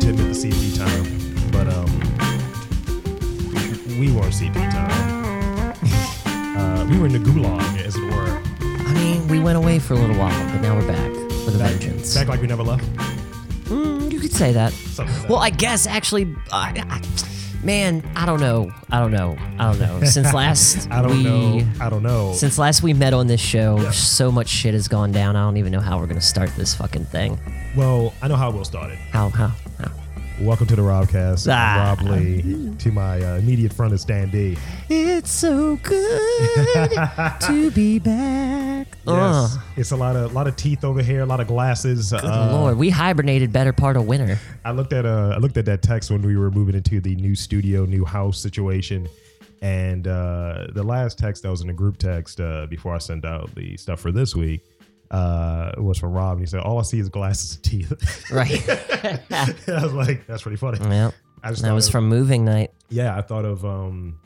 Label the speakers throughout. Speaker 1: CP time, but um, we weren't CP time. uh, we were in the gulag, as it were.
Speaker 2: I mean, we went away for a little while, but now we're back with a vengeance.
Speaker 1: Back like we never left.
Speaker 2: Mm, you could say that.
Speaker 1: Something like that.
Speaker 2: Well, I guess actually, I, I, man, I don't know. I don't know. I don't know. Since last
Speaker 1: I don't
Speaker 2: we,
Speaker 1: know. I don't know.
Speaker 2: Since last we met on this show, so much shit has gone down. I don't even know how we're gonna start this fucking thing.
Speaker 1: well, I know how we'll start it.
Speaker 2: How? How? how?
Speaker 1: Welcome to the Robcast.
Speaker 2: Ah.
Speaker 1: I'm Rob Lee. To my uh, immediate front is Stan D.
Speaker 2: It's so good to be back.
Speaker 1: Yes,
Speaker 2: Ugh.
Speaker 1: it's a lot of lot of teeth over here, a lot of glasses. uh,
Speaker 2: Lord, we hibernated better part of winter.
Speaker 1: I looked at uh, I looked at that text when we were moving into the new studio, new house situation, and uh, the last text that was in the group text uh, before I sent out the stuff for this week uh, was from Rob, and he said, "All I see is glasses and teeth."
Speaker 2: Right.
Speaker 1: I was like, "That's pretty funny."
Speaker 2: well,
Speaker 1: I just
Speaker 2: Mm. that
Speaker 1: thought
Speaker 2: was
Speaker 1: of-
Speaker 2: from moving night.
Speaker 1: yeah. I thought of um,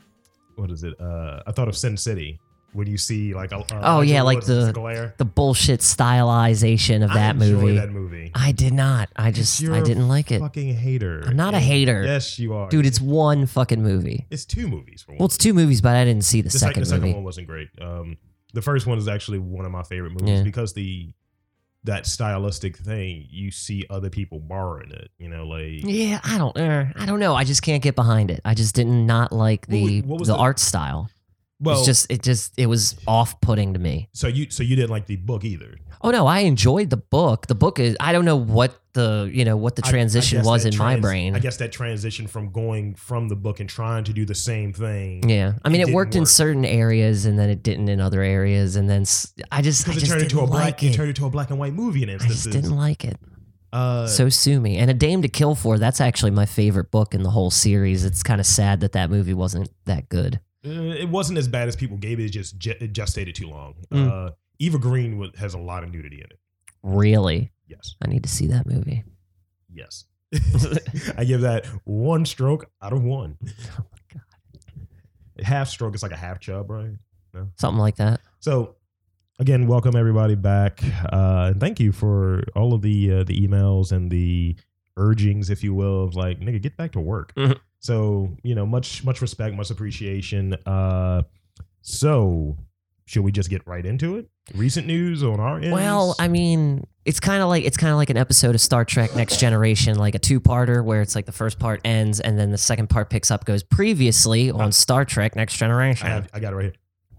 Speaker 1: what is it? Uh, I thought of Sin City. When you see like a, a-
Speaker 2: Oh, yeah, like
Speaker 1: what is it,
Speaker 2: the-
Speaker 1: the glare.
Speaker 2: The bullshit stylization of
Speaker 1: I
Speaker 2: that
Speaker 1: enjoy
Speaker 2: movie.
Speaker 1: That movie.
Speaker 2: I did not. I just
Speaker 1: You're
Speaker 2: I
Speaker 1: a
Speaker 2: didn't like it.
Speaker 1: Fucking hater.
Speaker 2: I'm not a hater.
Speaker 1: Yes, you are,
Speaker 2: Dude, it's one fucking movie.
Speaker 1: It's two movies for one.
Speaker 2: Well, it's two movies, but I didn't see the,
Speaker 1: the, sec-
Speaker 2: second,
Speaker 1: the second
Speaker 2: movie.
Speaker 1: one wasn't great. Um, the first one is actually one of my favorite movies
Speaker 2: Yeah.
Speaker 1: because the that stylistic thing you see other people borrowing it. You know, like
Speaker 2: Yeah, I don't. Uh, I don't know. I just can't get behind it. I just didn't not like
Speaker 1: What was-
Speaker 2: the
Speaker 1: what was
Speaker 2: the
Speaker 1: the-
Speaker 2: art style.
Speaker 1: well,
Speaker 2: it's just it just it was off putting to me.
Speaker 1: so you so you didn't like the book either.
Speaker 2: Oh no, I enjoyed the book. The book is I don't know what the you know what the
Speaker 1: I- I
Speaker 2: transition
Speaker 1: guess
Speaker 2: was
Speaker 1: that
Speaker 2: in my
Speaker 1: trans-
Speaker 2: brain.
Speaker 1: I guess that transition from going from the book and trying to do the same thing.
Speaker 2: yeah, I mean
Speaker 1: it
Speaker 2: it,
Speaker 1: didn't
Speaker 2: worked in
Speaker 1: work.
Speaker 2: certain areas and then it didn't in other areas and then s- I just I
Speaker 1: Because it
Speaker 2: just
Speaker 1: turned
Speaker 2: didn't
Speaker 1: into a black,
Speaker 2: like
Speaker 1: it.
Speaker 2: it.
Speaker 1: turned into a black and white movie in
Speaker 2: I just
Speaker 1: instances.
Speaker 2: didn't like it.
Speaker 1: uh,
Speaker 2: So sue me. And A Dame to Kill For. That's actually my favorite book in the whole series. It's kind of sad that that movie wasn't that good.
Speaker 1: Uh, it wasn't as bad as people gave it. It just ju- it just stayed too long.
Speaker 2: Mm.
Speaker 1: Uh, Eva Green wa- has a lot of nudity in it.
Speaker 2: Really,
Speaker 1: Yes,
Speaker 2: I need to see that movie.
Speaker 1: yes. I give that one stroke out of one.
Speaker 2: Oh my God.
Speaker 1: Half stroke is like a half chub, right?
Speaker 2: Something like that.
Speaker 1: So, again, welcome everybody back, uh, and thank you for all of the uh, the emails and the urgings, if you will, of like nigga, get back to work.
Speaker 2: Mhm.
Speaker 1: So you know, much much respect, much appreciation. Uh, so, should we just get right into it? Recent news on our end.
Speaker 2: Well, I mean, it's kind of like it's kind of like an episode of Star Trek: Next Generation, like a two-parter where it's like the first part ends and then the second part picks up. Goes previously on Star Trek: Next Generation.
Speaker 1: Uh, I, have, I got it right here.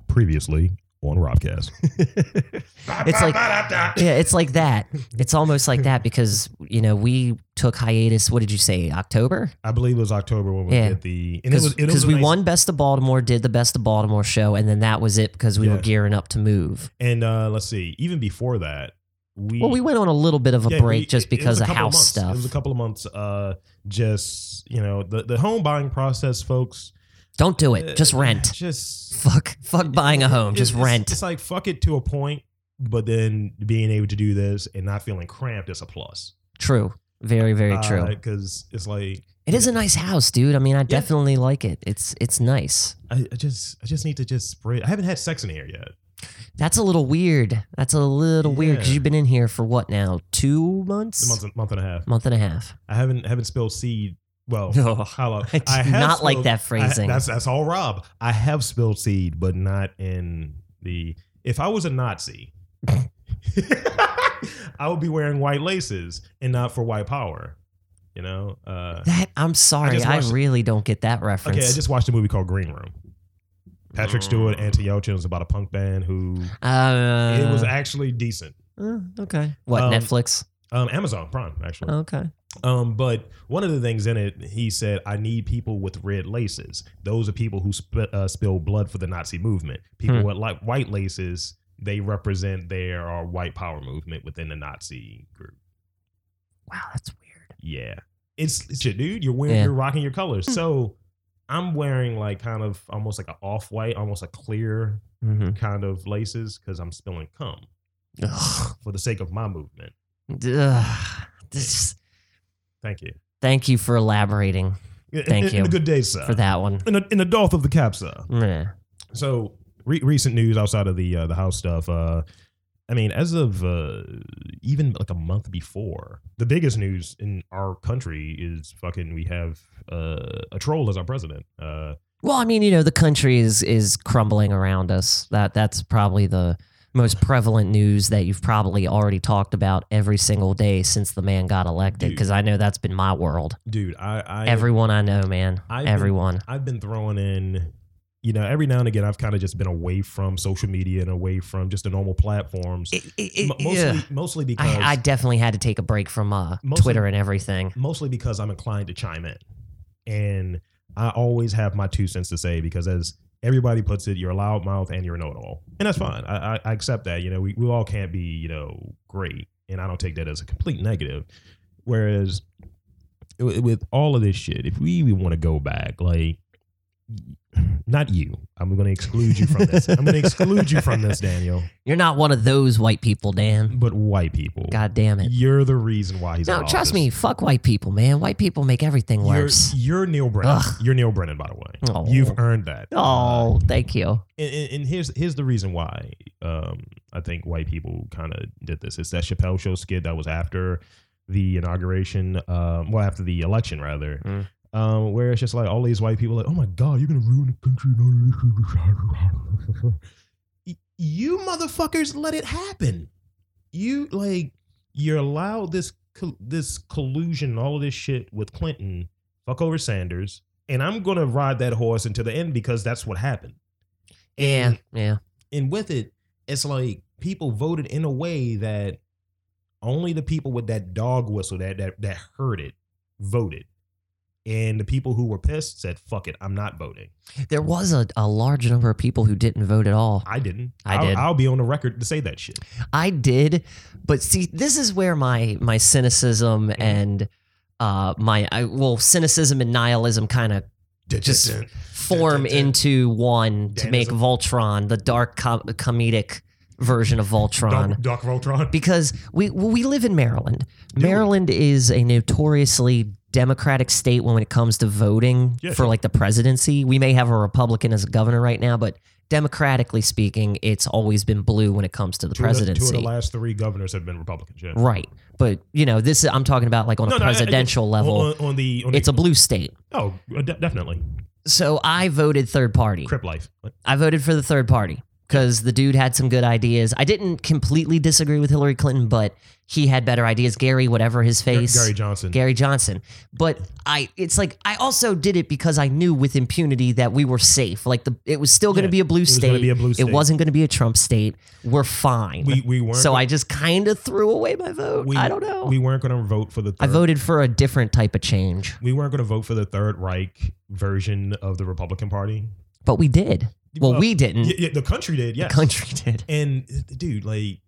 Speaker 1: Previously on Robcast.
Speaker 2: It's like- yeah, it's like that. It's almost like that because you know we took hiatus. What did you say? October.
Speaker 1: I believe it was October when we
Speaker 2: Yeah.
Speaker 1: did the and it was it was
Speaker 2: because
Speaker 1: a
Speaker 2: we
Speaker 1: nice-
Speaker 2: won Best of Baltimore, did the Best of Baltimore show, and then that was it because we were
Speaker 1: Yeah.
Speaker 2: gearing up to move.
Speaker 1: and uh, let's see even before that we
Speaker 2: Well, we went on a little bit of a
Speaker 1: yeah,
Speaker 2: break
Speaker 1: we-
Speaker 2: just
Speaker 1: it- it was
Speaker 2: because
Speaker 1: a
Speaker 2: of
Speaker 1: couple
Speaker 2: house
Speaker 1: months.
Speaker 2: stuff.
Speaker 1: It was a couple of months. Uh, just you know the the home buying process, folks.
Speaker 2: Don't do it. Just
Speaker 1: uh,
Speaker 2: rent.
Speaker 1: Just
Speaker 2: Fuck. Fuck buying a home.
Speaker 1: It-
Speaker 2: Just
Speaker 1: it's-
Speaker 2: rent.
Speaker 1: It's like fuck it to a point, but then being able to do this and not feeling cramped is a plus.
Speaker 2: True. Very,
Speaker 1: Uh,
Speaker 2: very true.
Speaker 1: Because it's like
Speaker 2: It is a nice house, dude. I mean, I definitely like it. It's it's nice.
Speaker 1: I, I just I just need to just spread. I haven't had sex in here yet.
Speaker 2: That's a little weird. That's a little weird because
Speaker 1: Yeah.
Speaker 2: you've been in here for what now? Two
Speaker 1: A
Speaker 2: months?
Speaker 1: month and- month and a half.
Speaker 2: Month and a half.
Speaker 1: I haven't haven't spilled seed. Well,
Speaker 2: Oh,
Speaker 1: how long?
Speaker 2: I did not like that phrasing.
Speaker 1: I- that's that's all, Rob. I have spilled seed, but not in the. If I was a Nazi, I would be wearing white laces and not for white power. You know. Uh,
Speaker 2: that I'm sorry.
Speaker 1: just
Speaker 2: I,
Speaker 1: watched-
Speaker 2: really don't get that
Speaker 1: okay,
Speaker 2: reference.
Speaker 1: I just watched a movie called Green Room. Patrick
Speaker 2: Mm.
Speaker 1: Stewart, Anton Yelchin is about a punk band who
Speaker 2: uh,
Speaker 1: it was actually decent.
Speaker 2: Uh, okay. What
Speaker 1: Um,
Speaker 2: Netflix?
Speaker 1: Um, Amazon Prime actually.
Speaker 2: Okay.
Speaker 1: Um, but one of the things in it, he said, "I need people with red laces. Those are people who sp- uh, spill blood for the Nazi movement. People
Speaker 2: Hmm.
Speaker 1: with like white laces, they represent their uh, white power movement within the Nazi group.
Speaker 2: Wow, that's weird.
Speaker 1: Yeah, it's, it's your dude. You're wearing,
Speaker 2: Yeah.
Speaker 1: you're rocking your colors. So I'm wearing like kind of almost like an off white, almost a clear
Speaker 2: Mm-hmm.
Speaker 1: kind of laces because I'm spilling cum
Speaker 2: Ugh.
Speaker 1: for the sake of my movement.
Speaker 2: Ugh. This-
Speaker 1: Thank you.
Speaker 2: thank you for elaborating Thank
Speaker 1: In- in
Speaker 2: you
Speaker 1: a good day, sir.
Speaker 2: for that one.
Speaker 1: In the in the doth of the cap, sir.
Speaker 2: Meh.
Speaker 1: So re- recent news outside of the uh, the house stuff. Uh, I mean, as of uh, even like a month before, the biggest news in our country is fucking we have uh, a troll as our president. Uh,
Speaker 2: Well, I mean, you know, the country is is crumbling around us. That that's probably the most prevalent news that you've probably already talked about every single day since the man got elected.
Speaker 1: Dude.
Speaker 2: Because I know that's been my world.
Speaker 1: dude, I, I
Speaker 2: Everyone I know, man.
Speaker 1: I've been-
Speaker 2: Everyone.
Speaker 1: I've been throwing in, you know, every now and again, I've kind of just been away from social media and away from just the normal platforms.
Speaker 2: It- it- it-
Speaker 1: Mo- mostly,
Speaker 2: yeah.
Speaker 1: mostly because
Speaker 2: I, I definitely had to take a break from uh,
Speaker 1: Mostly-
Speaker 2: Twitter and everything.
Speaker 1: mostly because I'm inclined to chime in, and I always have my two cents to say because as everybody puts it, you're a loudmouth and you're a know-it-all, and that's fine. I, I, I accept that. You know, we, we all can't be you know great, and I don't take that as a complete negative. Whereas w- with all of this shit, if we even want to go back, like. Not you. I'm going to exclude you from this. I'm going to exclude you from this, Daniel.
Speaker 2: You're not one of those white people, Dan.
Speaker 1: But white people,
Speaker 2: God damn it.
Speaker 1: you're the reason why he's.
Speaker 2: No,
Speaker 1: in
Speaker 2: trust
Speaker 1: office.
Speaker 2: me. Fuck white people, man. White people make everything
Speaker 1: You're,
Speaker 2: worse.
Speaker 1: you're Neil Brennan.
Speaker 2: Ugh.
Speaker 1: You're Neil Brennan, by the way.
Speaker 2: Oh.
Speaker 1: You've earned that. Uh,
Speaker 2: Oh, thank you.
Speaker 1: and, and- and here's here's the reason why um, I think white people kind of did this. It's that Chappelle show skit that was after the inauguration, um, well, after the election rather,
Speaker 2: Mm.
Speaker 1: um, where it's just like all these white people like, oh my god, you're gonna ruin the country. Y- you motherfuckers let it happen. You like you allow this col- this collusion, all of this shit with Clinton, fuck over Sanders, and I'm gonna ride that horse until the end because that's what happened.
Speaker 2: Yeah,
Speaker 1: And-
Speaker 2: yeah.
Speaker 1: and with it, it's like people voted in a way that only the people with that dog whistle that that that heard it voted, and the people who were pissed said, "Fuck it, I'm not voting."
Speaker 2: There was a, a large number of people who didn't vote at all.
Speaker 1: I didn't.
Speaker 2: I
Speaker 1: will
Speaker 2: did.
Speaker 1: I'll be on the record to say that shit.
Speaker 2: I did, but see, this is where my my cynicism and uh my I, well cynicism and nihilism kind of Just- form
Speaker 1: Dun, dun, dun.
Speaker 2: into one to make
Speaker 1: Danism.
Speaker 2: Voltron the dark com- comedic version of Voltron.
Speaker 1: Doc, Doc Voltron.
Speaker 2: because we well, we live in Maryland.
Speaker 1: Do we?
Speaker 2: Maryland is a notoriously democratic state when it comes to voting
Speaker 1: Yeah,
Speaker 2: for
Speaker 1: sure.
Speaker 2: like the presidency. We may have a Republican as a governor right now, but democratically speaking, it's always been blue when it comes to the
Speaker 1: Two of the-
Speaker 2: presidency.
Speaker 1: two of the last three governors have been Republicans. Yeah.
Speaker 2: right. But, you know, this is I'm talking about like on
Speaker 1: No,
Speaker 2: a
Speaker 1: no, I- I-
Speaker 2: presidential level.
Speaker 1: On, on- on the on the-
Speaker 2: it's a blue state.
Speaker 1: oh de- definitely
Speaker 2: So I voted third party.
Speaker 1: Crip life. What?
Speaker 2: I voted for the third party because the dude had some good ideas. I didn't completely disagree with Hillary Clinton, but he had better ideas. Gary, whatever his
Speaker 1: Gar-
Speaker 2: face,
Speaker 1: Gary Johnson.
Speaker 2: Gary Johnson. But I, it's like I also did it because I knew with impunity that we were safe. Like the, it was still going
Speaker 1: Yeah,
Speaker 2: to be a blue
Speaker 1: was
Speaker 2: state.
Speaker 1: gonna be a blue state.
Speaker 2: It wasn't going to be a Trump state. We're fine.
Speaker 1: we we weren't.
Speaker 2: so I just kind of threw away my vote.
Speaker 1: we,
Speaker 2: I don't know.
Speaker 1: We weren't going to vote for the. Third
Speaker 2: I voted for a different type of change,
Speaker 1: we weren't going to vote for the Third Reich version of the Republican Party.
Speaker 2: but we did. Well, we didn't.
Speaker 1: y- y- the country did, yes.
Speaker 2: Mm. The country did.
Speaker 1: And uh, dude, like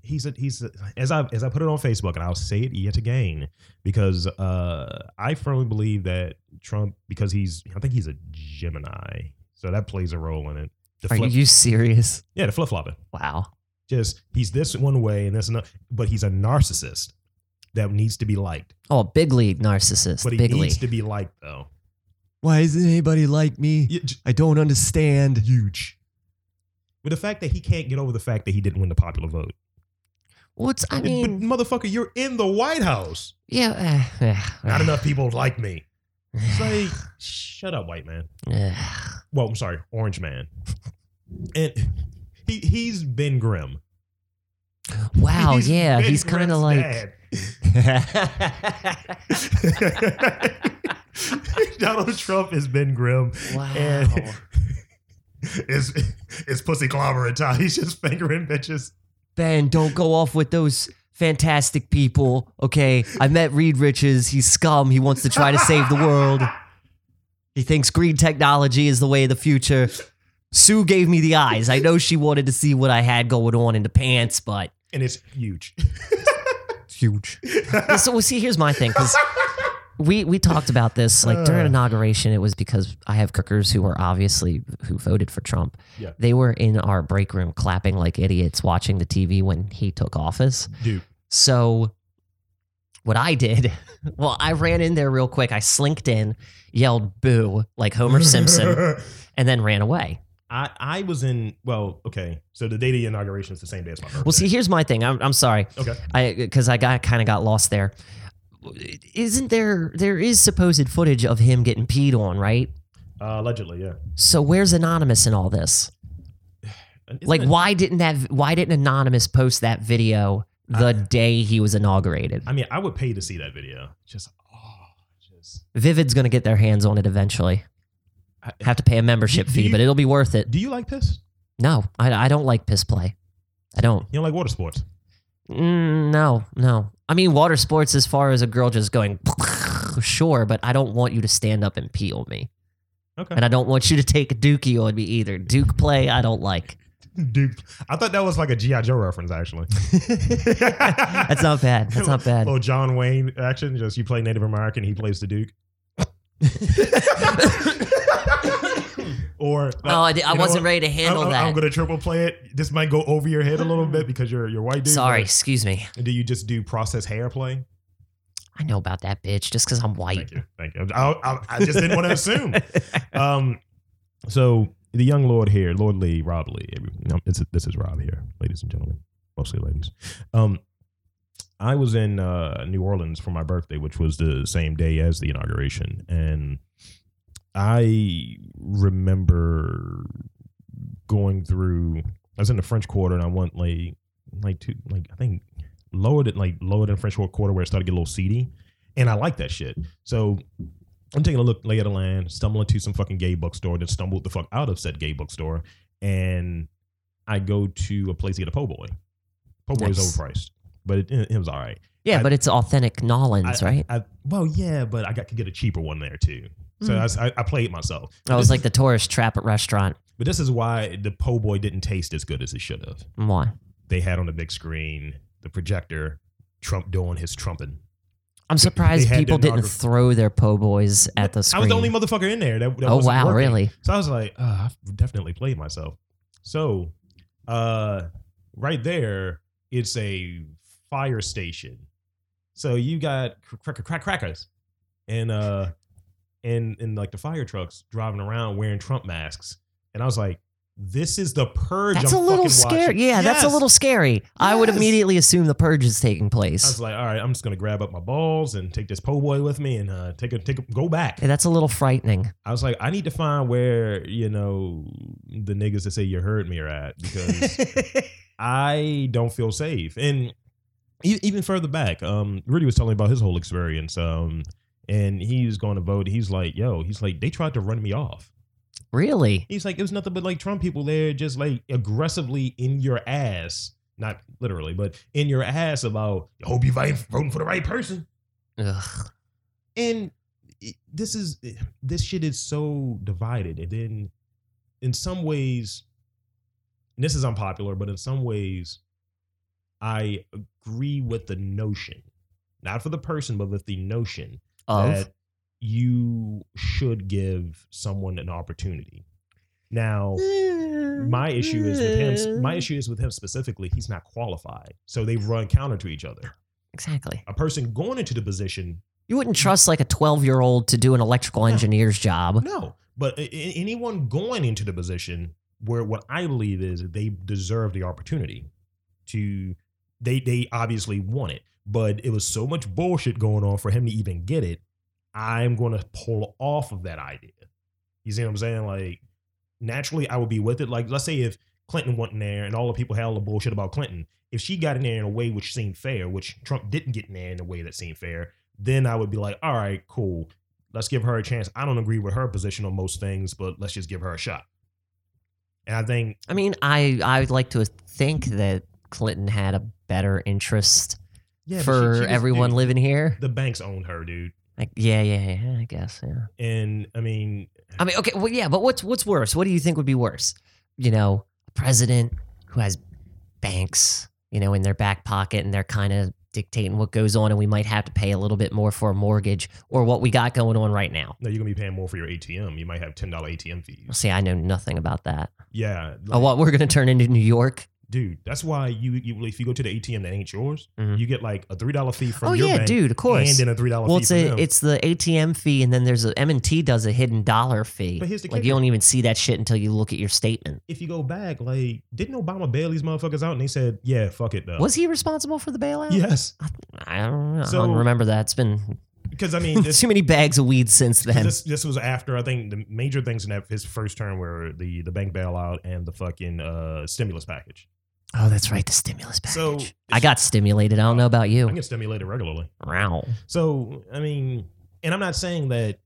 Speaker 1: he's a, he's a, as I as I put it on Facebook, and I'll say it yet again because uh, I firmly believe that Trump, because he's I think he's a Gemini, so that plays a role in it. The
Speaker 2: Are
Speaker 1: flip,
Speaker 2: you serious?
Speaker 1: yeah, the flip flopping.
Speaker 2: Wow.
Speaker 1: Just he's this one way and that's another, but he's a narcissist that needs to be liked.
Speaker 2: Oh, big league narcissist.
Speaker 1: But he
Speaker 2: big
Speaker 1: needs
Speaker 2: league.
Speaker 1: to be liked though.
Speaker 2: Why isn't anybody like me?
Speaker 1: Yeah, j-
Speaker 2: I don't understand.
Speaker 1: huge. With the fact that he can't get over the fact that he didn't win the popular vote.
Speaker 2: What's I
Speaker 1: But-
Speaker 2: mean?
Speaker 1: but motherfucker, you're in the White House.
Speaker 2: Yeah. eh, eh,
Speaker 1: Not
Speaker 2: eh,
Speaker 1: enough people like me. It's
Speaker 2: eh,
Speaker 1: like, shut up, white man.
Speaker 2: eh.
Speaker 1: Well, I'm sorry, orange man. And he he's Ben Grimm.
Speaker 2: Wow.
Speaker 1: He's
Speaker 2: yeah.
Speaker 1: Ben
Speaker 2: He's kind of
Speaker 1: Grimm's
Speaker 2: like.
Speaker 1: dad. Donald Trump is Ben Grimm.
Speaker 2: wow.
Speaker 1: And is is pussy clobber and tie. He's just fingering bitches.
Speaker 2: Ben, don't go off with those fantastic people. Okay. I met Reed Riches. He's scum. He wants to try to save the world. He thinks green technology is the way of the future. Sue gave me the eyes. I know she wanted to see what I had going on in the pants, but
Speaker 1: And it's huge.
Speaker 2: huge. so well, see, here's my thing because we we talked about this like during
Speaker 1: Uh.
Speaker 2: inauguration. It was because I have cookers who were obviously who voted for Trump.
Speaker 1: Yeah.
Speaker 2: They were in our break room clapping like idiots, watching the TV when he took office.
Speaker 1: Dude.
Speaker 2: So what I did, well, I ran in there real quick. I slinked in, yelled "boo" like Homer Simpson, and then ran away.
Speaker 1: I I was in. Well, okay. So the day of the inauguration is the same day as my birthday.
Speaker 2: Well, see, here's my thing. I'm, I'm sorry.
Speaker 1: Okay.
Speaker 2: I because I got kind of got lost there. Isn't there there is supposed footage of him getting peed on, right?
Speaker 1: Uh, allegedly, yeah.
Speaker 2: So where's anonymous in all this?
Speaker 1: And isn't
Speaker 2: like,
Speaker 1: it-
Speaker 2: why didn't that? Why didn't anonymous post that video the
Speaker 1: I-
Speaker 2: day he was inaugurated?
Speaker 1: I mean, I would pay to see that video. Just oh, just.
Speaker 2: Vivid's gonna get their hands on it eventually.
Speaker 1: I-
Speaker 2: Have to pay a membership
Speaker 1: Do
Speaker 2: fee,
Speaker 1: you-
Speaker 2: but it'll be worth it.
Speaker 1: Do you like piss?
Speaker 2: No, I, I don't like piss play. I don't.
Speaker 1: You don't like water sports?
Speaker 2: Mm, no, no. I mean, water sports, as far as a girl just going, sure, but I don't want you to stand up and pee on me.
Speaker 1: Okay.
Speaker 2: And I don't want you to take a dookie on me either. Duke play, I don't like.
Speaker 1: Duke. I thought that was like a GI Joe reference, actually.
Speaker 2: That's
Speaker 1: That's
Speaker 2: not bad. That's not bad. Oh,
Speaker 1: Little John Wayne action. Just you play Native American, he plays the Duke. or
Speaker 2: No, I, di- I
Speaker 1: you know
Speaker 2: wasn't
Speaker 1: what?
Speaker 2: ready to handle
Speaker 1: I'm, I'm-
Speaker 2: that.
Speaker 1: I'm gonna triple play it. This might go over your head a little bit because you're you're white dude.
Speaker 2: Sorry, excuse me.
Speaker 1: but Do you just do process hair play?
Speaker 2: I know about that bitch just because I'm white.
Speaker 1: Thank you. Thank you. I, I, I just didn't want to assume. Um, so the young lord here, Lord Lee, Rob Lee. every- No, this is, this is Rob here, ladies and gentlemen, mostly ladies. Um, I was in uh, New Orleans for my birthday, which was the same day as the inauguration, and I remember going through. I was in the French Quarter, and I went like like two like I think lower than like lower than French Quarter where it started to get a little seedy, and I like that shit. So I'm taking a look lay of the land, stumbling to some fucking gay bookstore, then stumbled the fuck out of said gay bookstore, and I go to a place to get a po' boy. Po' boy
Speaker 2: Nice.
Speaker 1: is overpriced, but it, it was all right.
Speaker 2: Yeah,
Speaker 1: I-
Speaker 2: but it's authentic Nolans, right?
Speaker 1: I, well, yeah, but I got could get a cheaper one there too. So
Speaker 2: Mm.
Speaker 1: I s- I, I played myself.
Speaker 2: That was like the tourist trap at restaurant.
Speaker 1: But this is why the po' boy didn't taste as good as it should have.
Speaker 2: Why?
Speaker 1: They had on the big screen the projector, Trump doing his trumping.
Speaker 2: I'm surprised
Speaker 1: had
Speaker 2: people
Speaker 1: the
Speaker 2: didn't
Speaker 1: inaugura-
Speaker 2: throw their po' boys at the
Speaker 1: I
Speaker 2: screen.
Speaker 1: was the only motherfucker in there. That, that
Speaker 2: oh
Speaker 1: wasn't
Speaker 2: wow,
Speaker 1: working.
Speaker 2: really?
Speaker 1: So I was like, uh, I've definitely played myself. So, uh, right there, it's a fire station. So you got cr- crack- crack- crackers, and uh, and and like the fire trucks driving around wearing Trump masks, and I was like, this is the purge.
Speaker 2: That's
Speaker 1: I'm
Speaker 2: a little
Speaker 1: fucking watching.
Speaker 2: scary. Yeah, that's a
Speaker 1: Yes.
Speaker 2: little scary. I would
Speaker 1: Yes.
Speaker 2: immediately assume the purge is
Speaker 1: I
Speaker 2: taking
Speaker 1: was
Speaker 2: place.
Speaker 1: like, all right, I'm just gonna grab up my balls and take this po' boy with me and uh, take a take a, go back.
Speaker 2: Yeah, that's a little frightening.
Speaker 1: I was like, I need to find where you know the niggas that say you heard me are at because I don't feel safe. And e- even further back, um, Rudy was telling me about his whole experience. Um, and he's going to vote. He's like, yo, he's like, they tried to run me off.
Speaker 2: really?
Speaker 1: He's like, it was nothing but like Trump people there, just like aggressively in your ass, not literally, but in your ass about, I hope you voting voting for the right person.
Speaker 2: Ugh.
Speaker 1: And it- this is this shit is so divided. And then in some ways, and this is unpopular, but in some ways, I agree with the notion, not for the person, but with the notion
Speaker 2: Of
Speaker 1: that you should give someone an opportunity. Now, my issue is with him. My issue is with him specifically. He's not qualified, so they run counter to each other.
Speaker 2: exactly.
Speaker 1: A person going into the position
Speaker 2: You wouldn't trust like a 12 year old to do an electrical
Speaker 1: No.
Speaker 2: engineer's job.
Speaker 1: No, but a- a- anyone going into the position where what I believe is they deserve the opportunity to they they obviously want it, but it was so much bullshit going on for him to even get it. I'm going to pull off of that idea. You see what I'm saying? Like naturally, I would be with it. Like let's say if Clinton went in there and all the people had all the bullshit about Clinton. If she got in there in a way which seemed fair, which Trump didn't get in there in a way that seemed fair, then I would be like, all right, cool let's give her a chance. I don't agree with her position on most things, but let's just give her a shot. And I think
Speaker 2: I mean, I I would like to think that Clinton had a better interest
Speaker 1: yeah, but
Speaker 2: for
Speaker 1: she- she was-
Speaker 2: everyone
Speaker 1: dude,
Speaker 2: living here.
Speaker 1: the banks owned her, dude.
Speaker 2: Like, yeah, yeah, yeah. I guess. Yeah.
Speaker 1: And I mean,
Speaker 2: I mean, okay, well, yeah, but what's what's worse? What do you think would be worse? You know, a president who has banks, you know, in their back pocket, and they're kind of dictating what goes on, and we might have to pay a little bit more for a mortgage, or what we got going on right now.
Speaker 1: no, you're gonna be paying more for your ATM. You might have ten dollar ATM fees.
Speaker 2: See, I know nothing about that.
Speaker 1: Yeah,
Speaker 2: Oh, what we're going to turn into New York?
Speaker 1: dude, that's why you, you if you go to the ATM that ain't yours,
Speaker 2: Mhm.
Speaker 1: you get like a three dollar fee from
Speaker 2: Oh
Speaker 1: your
Speaker 2: yeah,
Speaker 1: bank,
Speaker 2: dude, of course.
Speaker 1: and then a three dollar
Speaker 2: well,
Speaker 1: fee
Speaker 2: it's
Speaker 1: from
Speaker 2: a,
Speaker 1: them.
Speaker 2: it's the ATM fee, and then there's a M and T does a hidden dollar fee.
Speaker 1: But here's the
Speaker 2: like
Speaker 1: kicker.
Speaker 2: you don't even see that shit until you look at your statement.
Speaker 1: if you go back, like, didn't Obama bail these motherfuckers out? And they said, yeah, fuck it though.
Speaker 2: Was he responsible for the bailout?
Speaker 1: yes,
Speaker 2: I don't know. I
Speaker 1: So-
Speaker 2: don't remember that. It's been
Speaker 1: because I mean, this,
Speaker 2: too many bags of weed since then.
Speaker 1: this this was after I think the major things in that, his first term were the the bank bailout and the fucking uh, stimulus package.
Speaker 2: oh, that's right, the stimulus package.
Speaker 1: So-
Speaker 2: I got stimulated. I don't know about
Speaker 1: I
Speaker 2: you.
Speaker 1: get stimulated regularly.
Speaker 2: Wow.
Speaker 1: So I mean, and I'm not saying that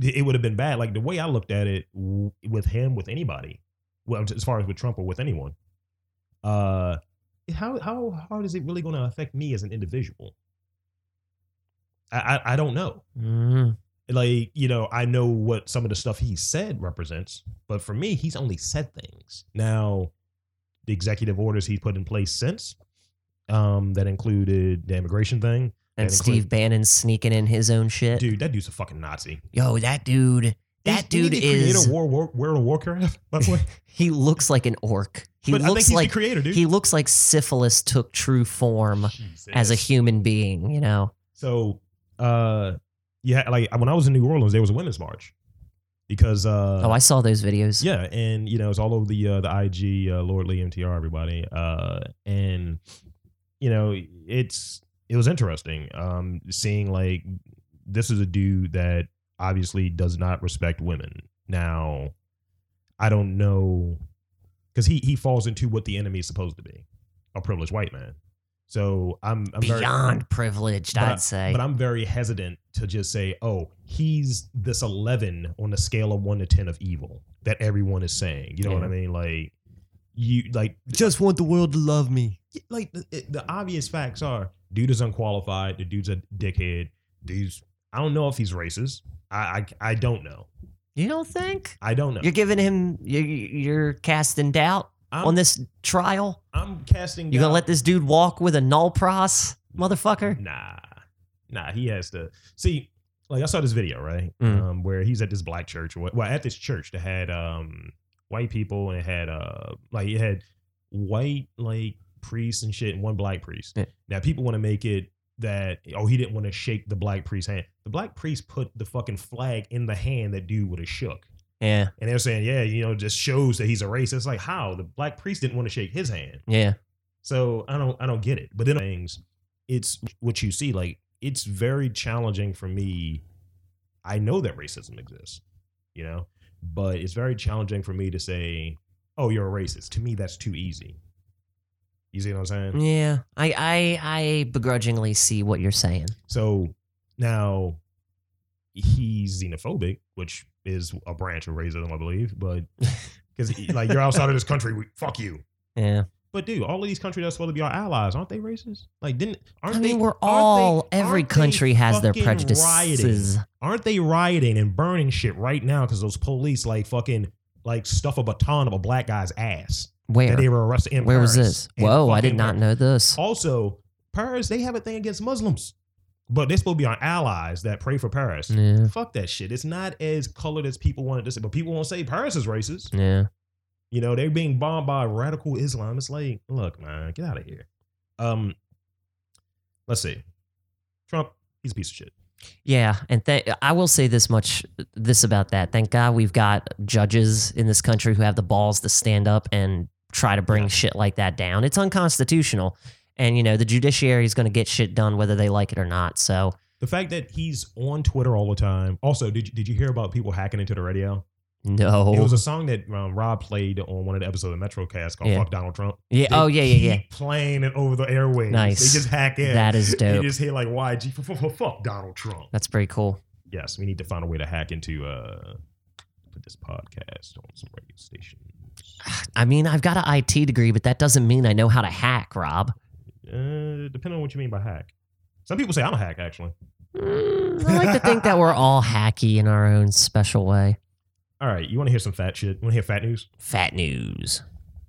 Speaker 1: th- it would have been bad. Like the way I looked at it w- with him, with anybody, well, as far as with Trump or with anyone, uh, how how hard is it really going to affect me as an individual? I, I I don't know.
Speaker 2: Mm.
Speaker 1: Like you know, I know what some of the stuff he said represents, but for me, he's only said things. Now, the executive orders he put in place since, um, that included the immigration thing.
Speaker 2: And
Speaker 1: Hillary
Speaker 2: Steve Bannon sneaking in his own shit.
Speaker 1: Dude, that dude's a fucking Nazi.
Speaker 2: Yo, that dude. That
Speaker 1: He's-
Speaker 2: dude
Speaker 1: he did
Speaker 2: is.
Speaker 1: create a war, war, World of Warcraft, by the way.
Speaker 2: He looks like an orc. He
Speaker 1: but I think
Speaker 2: looks
Speaker 1: he's
Speaker 2: like
Speaker 1: the creator, dude.
Speaker 2: he looks like syphilis took true form
Speaker 1: Jesus.
Speaker 2: as a human being. You know.
Speaker 1: so, uh, yeah, like when I was in New Orleans, there was a women's march because uh,
Speaker 2: oh, I saw those videos.
Speaker 1: yeah, and you know it's all over the uh, the IG uh, Lord Lee MTR everybody, uh, and you know it's it was interesting um, seeing like this is a dude that obviously does not respect women. Now, I don't know because he he falls into what the enemy is supposed to be, a privileged white man. So I'm, I'm very-
Speaker 2: Beyond privileged,
Speaker 1: but I-
Speaker 2: I'd say.
Speaker 1: but I'm very hesitant to just say, oh, he's this 11 on the scale of 1 to 10 of evil that everyone is saying. You know what
Speaker 2: Yeah.
Speaker 1: I mean? Like, you, like,
Speaker 2: just want the world to love me.
Speaker 1: like the, the obvious facts are dude is unqualified, the dude's a dickhead, dude's, I don't know if he's racist. I, I, I don't know.
Speaker 2: You don't think
Speaker 1: I don't know.
Speaker 2: you're giving him? You're, you're casting doubt
Speaker 1: I'm,
Speaker 2: on this trial.
Speaker 1: I'm casting.
Speaker 2: You gonna
Speaker 1: doubt-
Speaker 2: let this dude walk with a null pros, motherfucker?
Speaker 1: Nah, nah. He has to see. Like I saw this video right,
Speaker 2: Mm.
Speaker 1: um, where he's at this black church, or what- well, at this church that had um white people and it had uh like it had white like priests and shit, and one black priest.
Speaker 2: Yeah.
Speaker 1: Now people want to make it that oh he didn't want to shake the black priest's hand. The black priest put the fucking flag in the hand that dude would have shook,
Speaker 2: Yeah,
Speaker 1: and they're saying yeah, you know, just shows that he's a racist. Like how the black priest didn't want to shake his hand.
Speaker 2: yeah.
Speaker 1: So I don't I don't get it. But then things, it's what you see. Like it's very challenging for me. I know that racism exists, you know, but it's very challenging for me to say, "Oh, you're a racist." To me, that's too easy. You see what I'm saying?
Speaker 2: Yeah, I, I, I begrudgingly see what you're saying.
Speaker 1: So now he's xenophobic, which is a branch of racism, I believe. But because like you're outside of this country, we, fuck you.
Speaker 2: Yeah,
Speaker 1: But dude, all of these countries that's supposed to be our allies, aren't they racist? Like, didn't aren't
Speaker 2: I
Speaker 1: they-
Speaker 2: mean, we're
Speaker 1: aren't they-
Speaker 2: all. every
Speaker 1: aren't they
Speaker 2: country has their
Speaker 1: fucking
Speaker 2: prejudices.
Speaker 1: Rioting? Aren't they rioting and burning shit right now because those police like fucking like stuff a baton of a black guy's ass
Speaker 2: Where?
Speaker 1: that they were arrested in
Speaker 2: Where was
Speaker 1: Paris
Speaker 2: this?
Speaker 1: and
Speaker 2: Whoa, I did
Speaker 1: fucking-
Speaker 2: not know this.
Speaker 1: Also, Paris they have a thing against Muslims, but they're supposed to be our allies that pray for Paris.
Speaker 2: Yeah,
Speaker 1: Fuck that shit. It's not as colored as people wanted to say, but people won't say Paris is racist.
Speaker 2: yeah.
Speaker 1: You know, they're being bombed by radical Islam. It's like, look, man, get out of here. Um, let's see. Trump, he's a piece of shit.
Speaker 2: Yeah, and th- I will say this much this about that. Thank God we've got judges in this country who have the balls to stand up and try to bring
Speaker 1: Yeah.
Speaker 2: shit like that down. It's unconstitutional. And you know, the judiciary is going to get shit done whether they like it or not. So,
Speaker 1: The fact that he's on Twitter all the time. Also, did did you hear about people hacking into the radio?
Speaker 2: no.
Speaker 1: It was a song that um, Rob played on one of the episodes of Metrocast called
Speaker 2: Yeah.
Speaker 1: "Fuck Donald Trump."
Speaker 2: yeah,
Speaker 1: They
Speaker 2: oh yeah, yeah, yeah.
Speaker 1: keep Playing it over the airwaves.
Speaker 2: Nice.
Speaker 1: They just hack in.
Speaker 2: That is
Speaker 1: you
Speaker 2: dope.
Speaker 1: just hear like YG. "F- f- f- Fuck Donald Trump.
Speaker 2: That's pretty cool.
Speaker 1: Yes, we need to find a way to hack into uh, put this podcast on some radio station.
Speaker 2: I mean, I've got an IT degree, but that doesn't mean I know how to hack, Rob.
Speaker 1: Uh, depending on what you mean by hack. Some people say I'm a hack, actually.
Speaker 2: Mm, I like to think that we're all hacky in our own special way.
Speaker 1: All right, you want to hear some fat shit? You want to hear fat news?
Speaker 2: Fat news.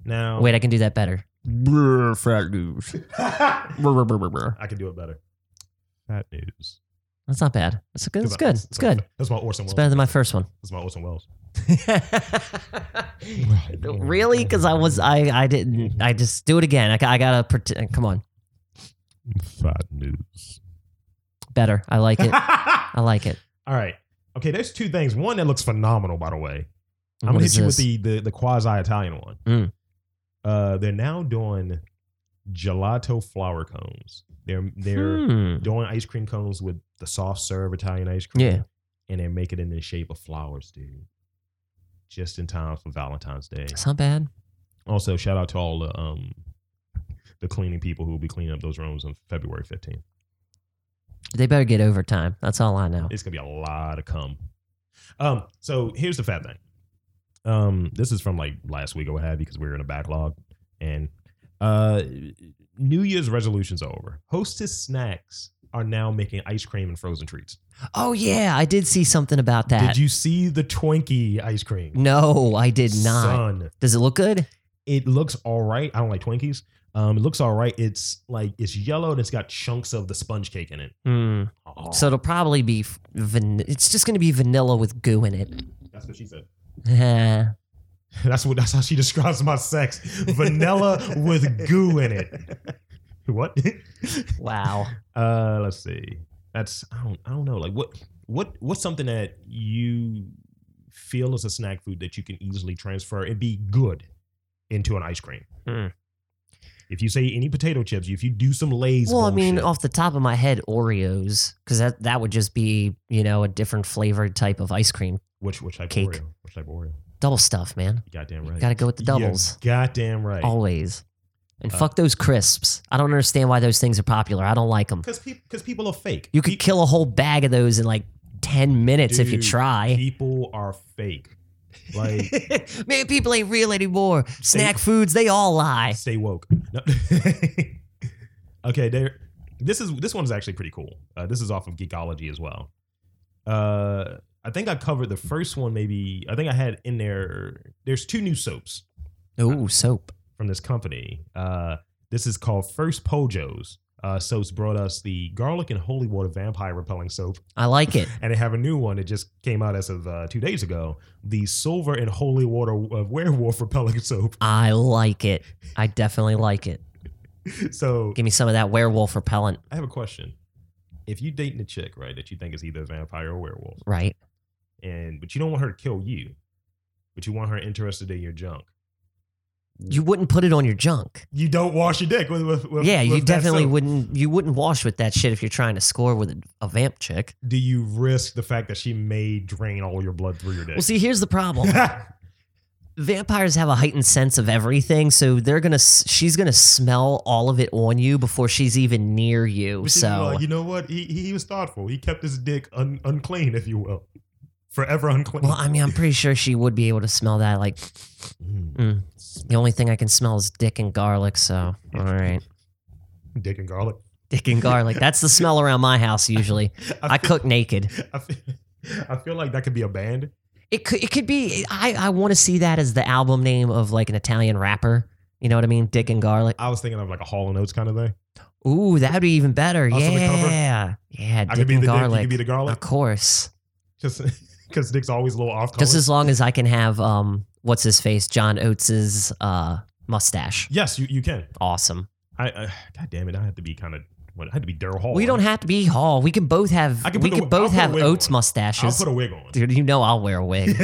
Speaker 1: Now,
Speaker 2: Wait, I can do that better. Oh. Brr, fat news.
Speaker 1: I
Speaker 2: Brr, brr, brr, brr, brr.
Speaker 1: can do it better. Fat news.
Speaker 2: That's not bad. That's a good. That's
Speaker 1: my-
Speaker 2: good. It's
Speaker 1: my-
Speaker 2: good.
Speaker 1: That's my Orson
Speaker 2: It's
Speaker 1: Welles.
Speaker 2: better than my first one.
Speaker 1: That's my Orson Welles.
Speaker 2: really? Because I was I I didn't I just do it again. I, ca- I gotta pretend. Come on,
Speaker 1: Fat news.
Speaker 2: better. I like it. I like it.
Speaker 1: All right. Okay, there's two things. One that looks phenomenal, by the way. I'm
Speaker 2: What
Speaker 1: gonna
Speaker 2: is
Speaker 1: hit you with
Speaker 2: this?
Speaker 1: the the, the quasi Italian one.
Speaker 2: Mm.
Speaker 1: Uh, they're now doing gelato flower cones. They're they're
Speaker 2: Hmm.
Speaker 1: doing ice cream cones with the soft serve Italian ice cream.
Speaker 2: Yeah.
Speaker 1: And they make it in the shape of flowers, dude. Just in time for Valentine's Day.
Speaker 2: It's not bad.
Speaker 1: Also, shout out to all the um the cleaning people who will be cleaning up those rooms on February 15th.
Speaker 2: They better get overtime. That's all I know.
Speaker 1: It's gonna be a lot of cum. Um, so here's the fat thing. Um, this is from like last week or what have you, because we were in a backlog. And uh New Year's resolutions are over. Hostess snacks are now making ice cream and frozen treats.
Speaker 2: Oh yeah, I did see something about that.
Speaker 1: Did you see the Twinkie ice cream?
Speaker 2: No, I did not.
Speaker 1: Son,
Speaker 2: Does it look good?
Speaker 1: it looks all right. I don't like Twinkies. Um, it looks all right. It's like it's yellow and it's got chunks of the sponge cake in it.
Speaker 2: Hmm.
Speaker 1: Oh,
Speaker 2: So it'll probably be f- van- it's just going to be vanilla with goo in it.
Speaker 1: that's what she said.
Speaker 2: Eh.
Speaker 1: That's what that's how she describes my sex. Vanilla with goo in it. What?
Speaker 2: wow.
Speaker 1: Uh, let's see. That's I don't I don't know. Like what what what's something that you feel is a snack food that you can easily transfer and be good into an ice cream?
Speaker 2: Hmm.
Speaker 1: If you say any potato chips, if you do some Lay's,
Speaker 2: Well, I mean, uh,
Speaker 1: bullshit-
Speaker 2: off the top of my head, Oreos, because that that would just be you know a different flavored type of ice cream.
Speaker 1: which which type
Speaker 2: cake.
Speaker 1: of Oreo? Which type of Oreo?
Speaker 2: Double stuff, man.
Speaker 1: You goddamn right.
Speaker 2: Got to go with the
Speaker 1: You're
Speaker 2: doubles
Speaker 1: goddamn right.
Speaker 2: always. And
Speaker 1: Uh,
Speaker 2: fuck those crisps. I don't understand why those things are popular. I don't like them.
Speaker 1: Because because people are fake.
Speaker 2: You could
Speaker 1: Pe-
Speaker 2: kill a whole bag of those in like ten minutes if you
Speaker 1: Dude,
Speaker 2: try.
Speaker 1: people are fake. Like
Speaker 2: Man, people ain't real anymore. Snack foods, they all lie.
Speaker 1: stay woke. No. okay, there. This is this one's actually pretty cool. Uh, this is off of Geekology as well. Uh, I think I covered the first one. Maybe I think I had in there. There's two new soaps
Speaker 2: Oh, soap.
Speaker 1: from this company. Uh, this is called First Pojos. Uh, soaps brought us the garlic and holy water vampire repelling soap,
Speaker 2: I like it.
Speaker 1: and they have a new one that just came out as of uh, two days ago. The silver and holy water uh, werewolf repelling soap.
Speaker 2: I like it. I definitely like it.
Speaker 1: So
Speaker 2: Give me some of that werewolf repellent,
Speaker 1: I have a question. If you dating a chick, right, that you think is either a vampire or werewolf,
Speaker 2: right?
Speaker 1: and but you don't want her to kill you, but you want her interested in your junk,
Speaker 2: You wouldn't put it on your junk.
Speaker 1: you don't wash your dick with. with, with
Speaker 2: yeah, you
Speaker 1: with that
Speaker 2: definitely
Speaker 1: soap.
Speaker 2: wouldn't. You wouldn't wash with that shit if you're trying to score with a, a vamp chick.
Speaker 1: Do you risk the fact that she may drain all your blood through your dick?
Speaker 2: Well, see, here's the problem. Vampires have a heightened sense of everything, so they're gonna. s- She's gonna smell all of it on you before she's even near you.
Speaker 1: But she'd be
Speaker 2: So
Speaker 1: like, you know what? He, he he was thoughtful. He kept his dick un, unclean, if you will, forever unclean.
Speaker 2: Well, I mean, I'm pretty sure she would be able to smell that. Like,
Speaker 1: Mm.
Speaker 2: mm, the only thing I can smell is dick and garlic. So, all right,
Speaker 1: dick and garlic.
Speaker 2: dick and garlic. That's the smell around my house usually. I
Speaker 1: feel,
Speaker 2: cook naked.
Speaker 1: I feel, I feel like that could be a band.
Speaker 2: It could. It could be. I. I want to see that as the album name of like an Italian rapper. You know what I mean? Dick and garlic.
Speaker 1: I was thinking of like a Hall and Oates kind of thing.
Speaker 2: Ooh, that'd be even better.
Speaker 1: Us on the cover?
Speaker 2: Yeah. Yeah.
Speaker 1: I
Speaker 2: Dick
Speaker 1: could be
Speaker 2: and
Speaker 1: the dick. You
Speaker 2: garlic.
Speaker 1: could be the garlic.
Speaker 2: of course.
Speaker 1: just because Dick's always a little off color.
Speaker 2: Just as long as I can have um, what's his face, John Oates's uh mustache.
Speaker 1: yes, you, you can.
Speaker 2: Awesome.
Speaker 1: I uh, God damn it, I have to be kind of. Well, I had to be Daryl Hall.
Speaker 2: We don't have to be Hall. We can both have.
Speaker 1: I can
Speaker 2: we
Speaker 1: put a-
Speaker 2: can both
Speaker 1: I'll put a
Speaker 2: have
Speaker 1: wig
Speaker 2: Oates
Speaker 1: on. I'll
Speaker 2: mustaches.
Speaker 1: put a wig on.
Speaker 2: Dude, you know I'll wear a wig.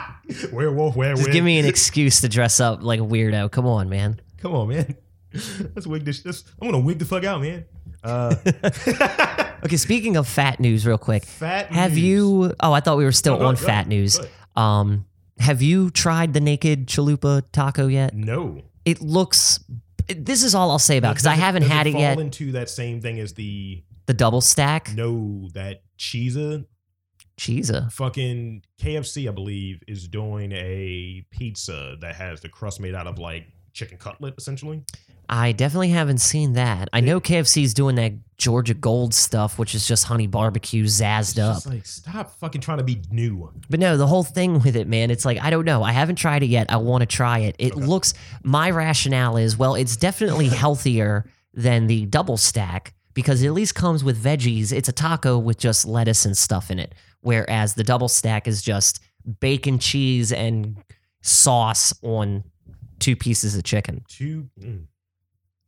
Speaker 1: Werewolf, wear
Speaker 2: Just
Speaker 1: wig.
Speaker 2: give me an excuse to dress up like a weirdo. Come on, man.
Speaker 1: Come on, man. Let's wig this. this I'm gonna wig the fuck out, man. Uh,
Speaker 2: Okay, speaking of fat news, real quick.
Speaker 1: fat.
Speaker 2: Have
Speaker 1: news.
Speaker 2: you? Oh, I thought we were still
Speaker 1: No, go
Speaker 2: on
Speaker 1: ahead, go
Speaker 2: fat
Speaker 1: ahead,
Speaker 2: news.
Speaker 1: go ahead.
Speaker 2: Um, have you tried the naked chalupa taco yet?
Speaker 1: No,
Speaker 2: It looks. it- This is all I'll say about because I
Speaker 1: Does
Speaker 2: haven't
Speaker 1: does
Speaker 2: had it
Speaker 1: fall
Speaker 2: yet.
Speaker 1: Into that same thing as the
Speaker 2: the double stack. uh,
Speaker 1: no that cheesa
Speaker 2: Jesus.
Speaker 1: fucking KFC, I believe, is doing a pizza that has the crust made out of like chicken cutlet, essentially.
Speaker 2: I definitely haven't seen that. I know KFC's doing that Georgia Gold stuff, which is just honey barbecue zazzed up.
Speaker 1: Just like, stop fucking trying to be new.
Speaker 2: But no, the whole thing with it, man, it's like I don't know. I haven't tried it yet. I want to try it. It
Speaker 1: Okay.
Speaker 2: looks my rationale is well, it's definitely healthier than the double stack because it at least comes with veggies. It's a taco with just lettuce and stuff in it, whereas the double stack is just bacon, cheese, and sauce on two pieces of chicken.
Speaker 1: Two. mm.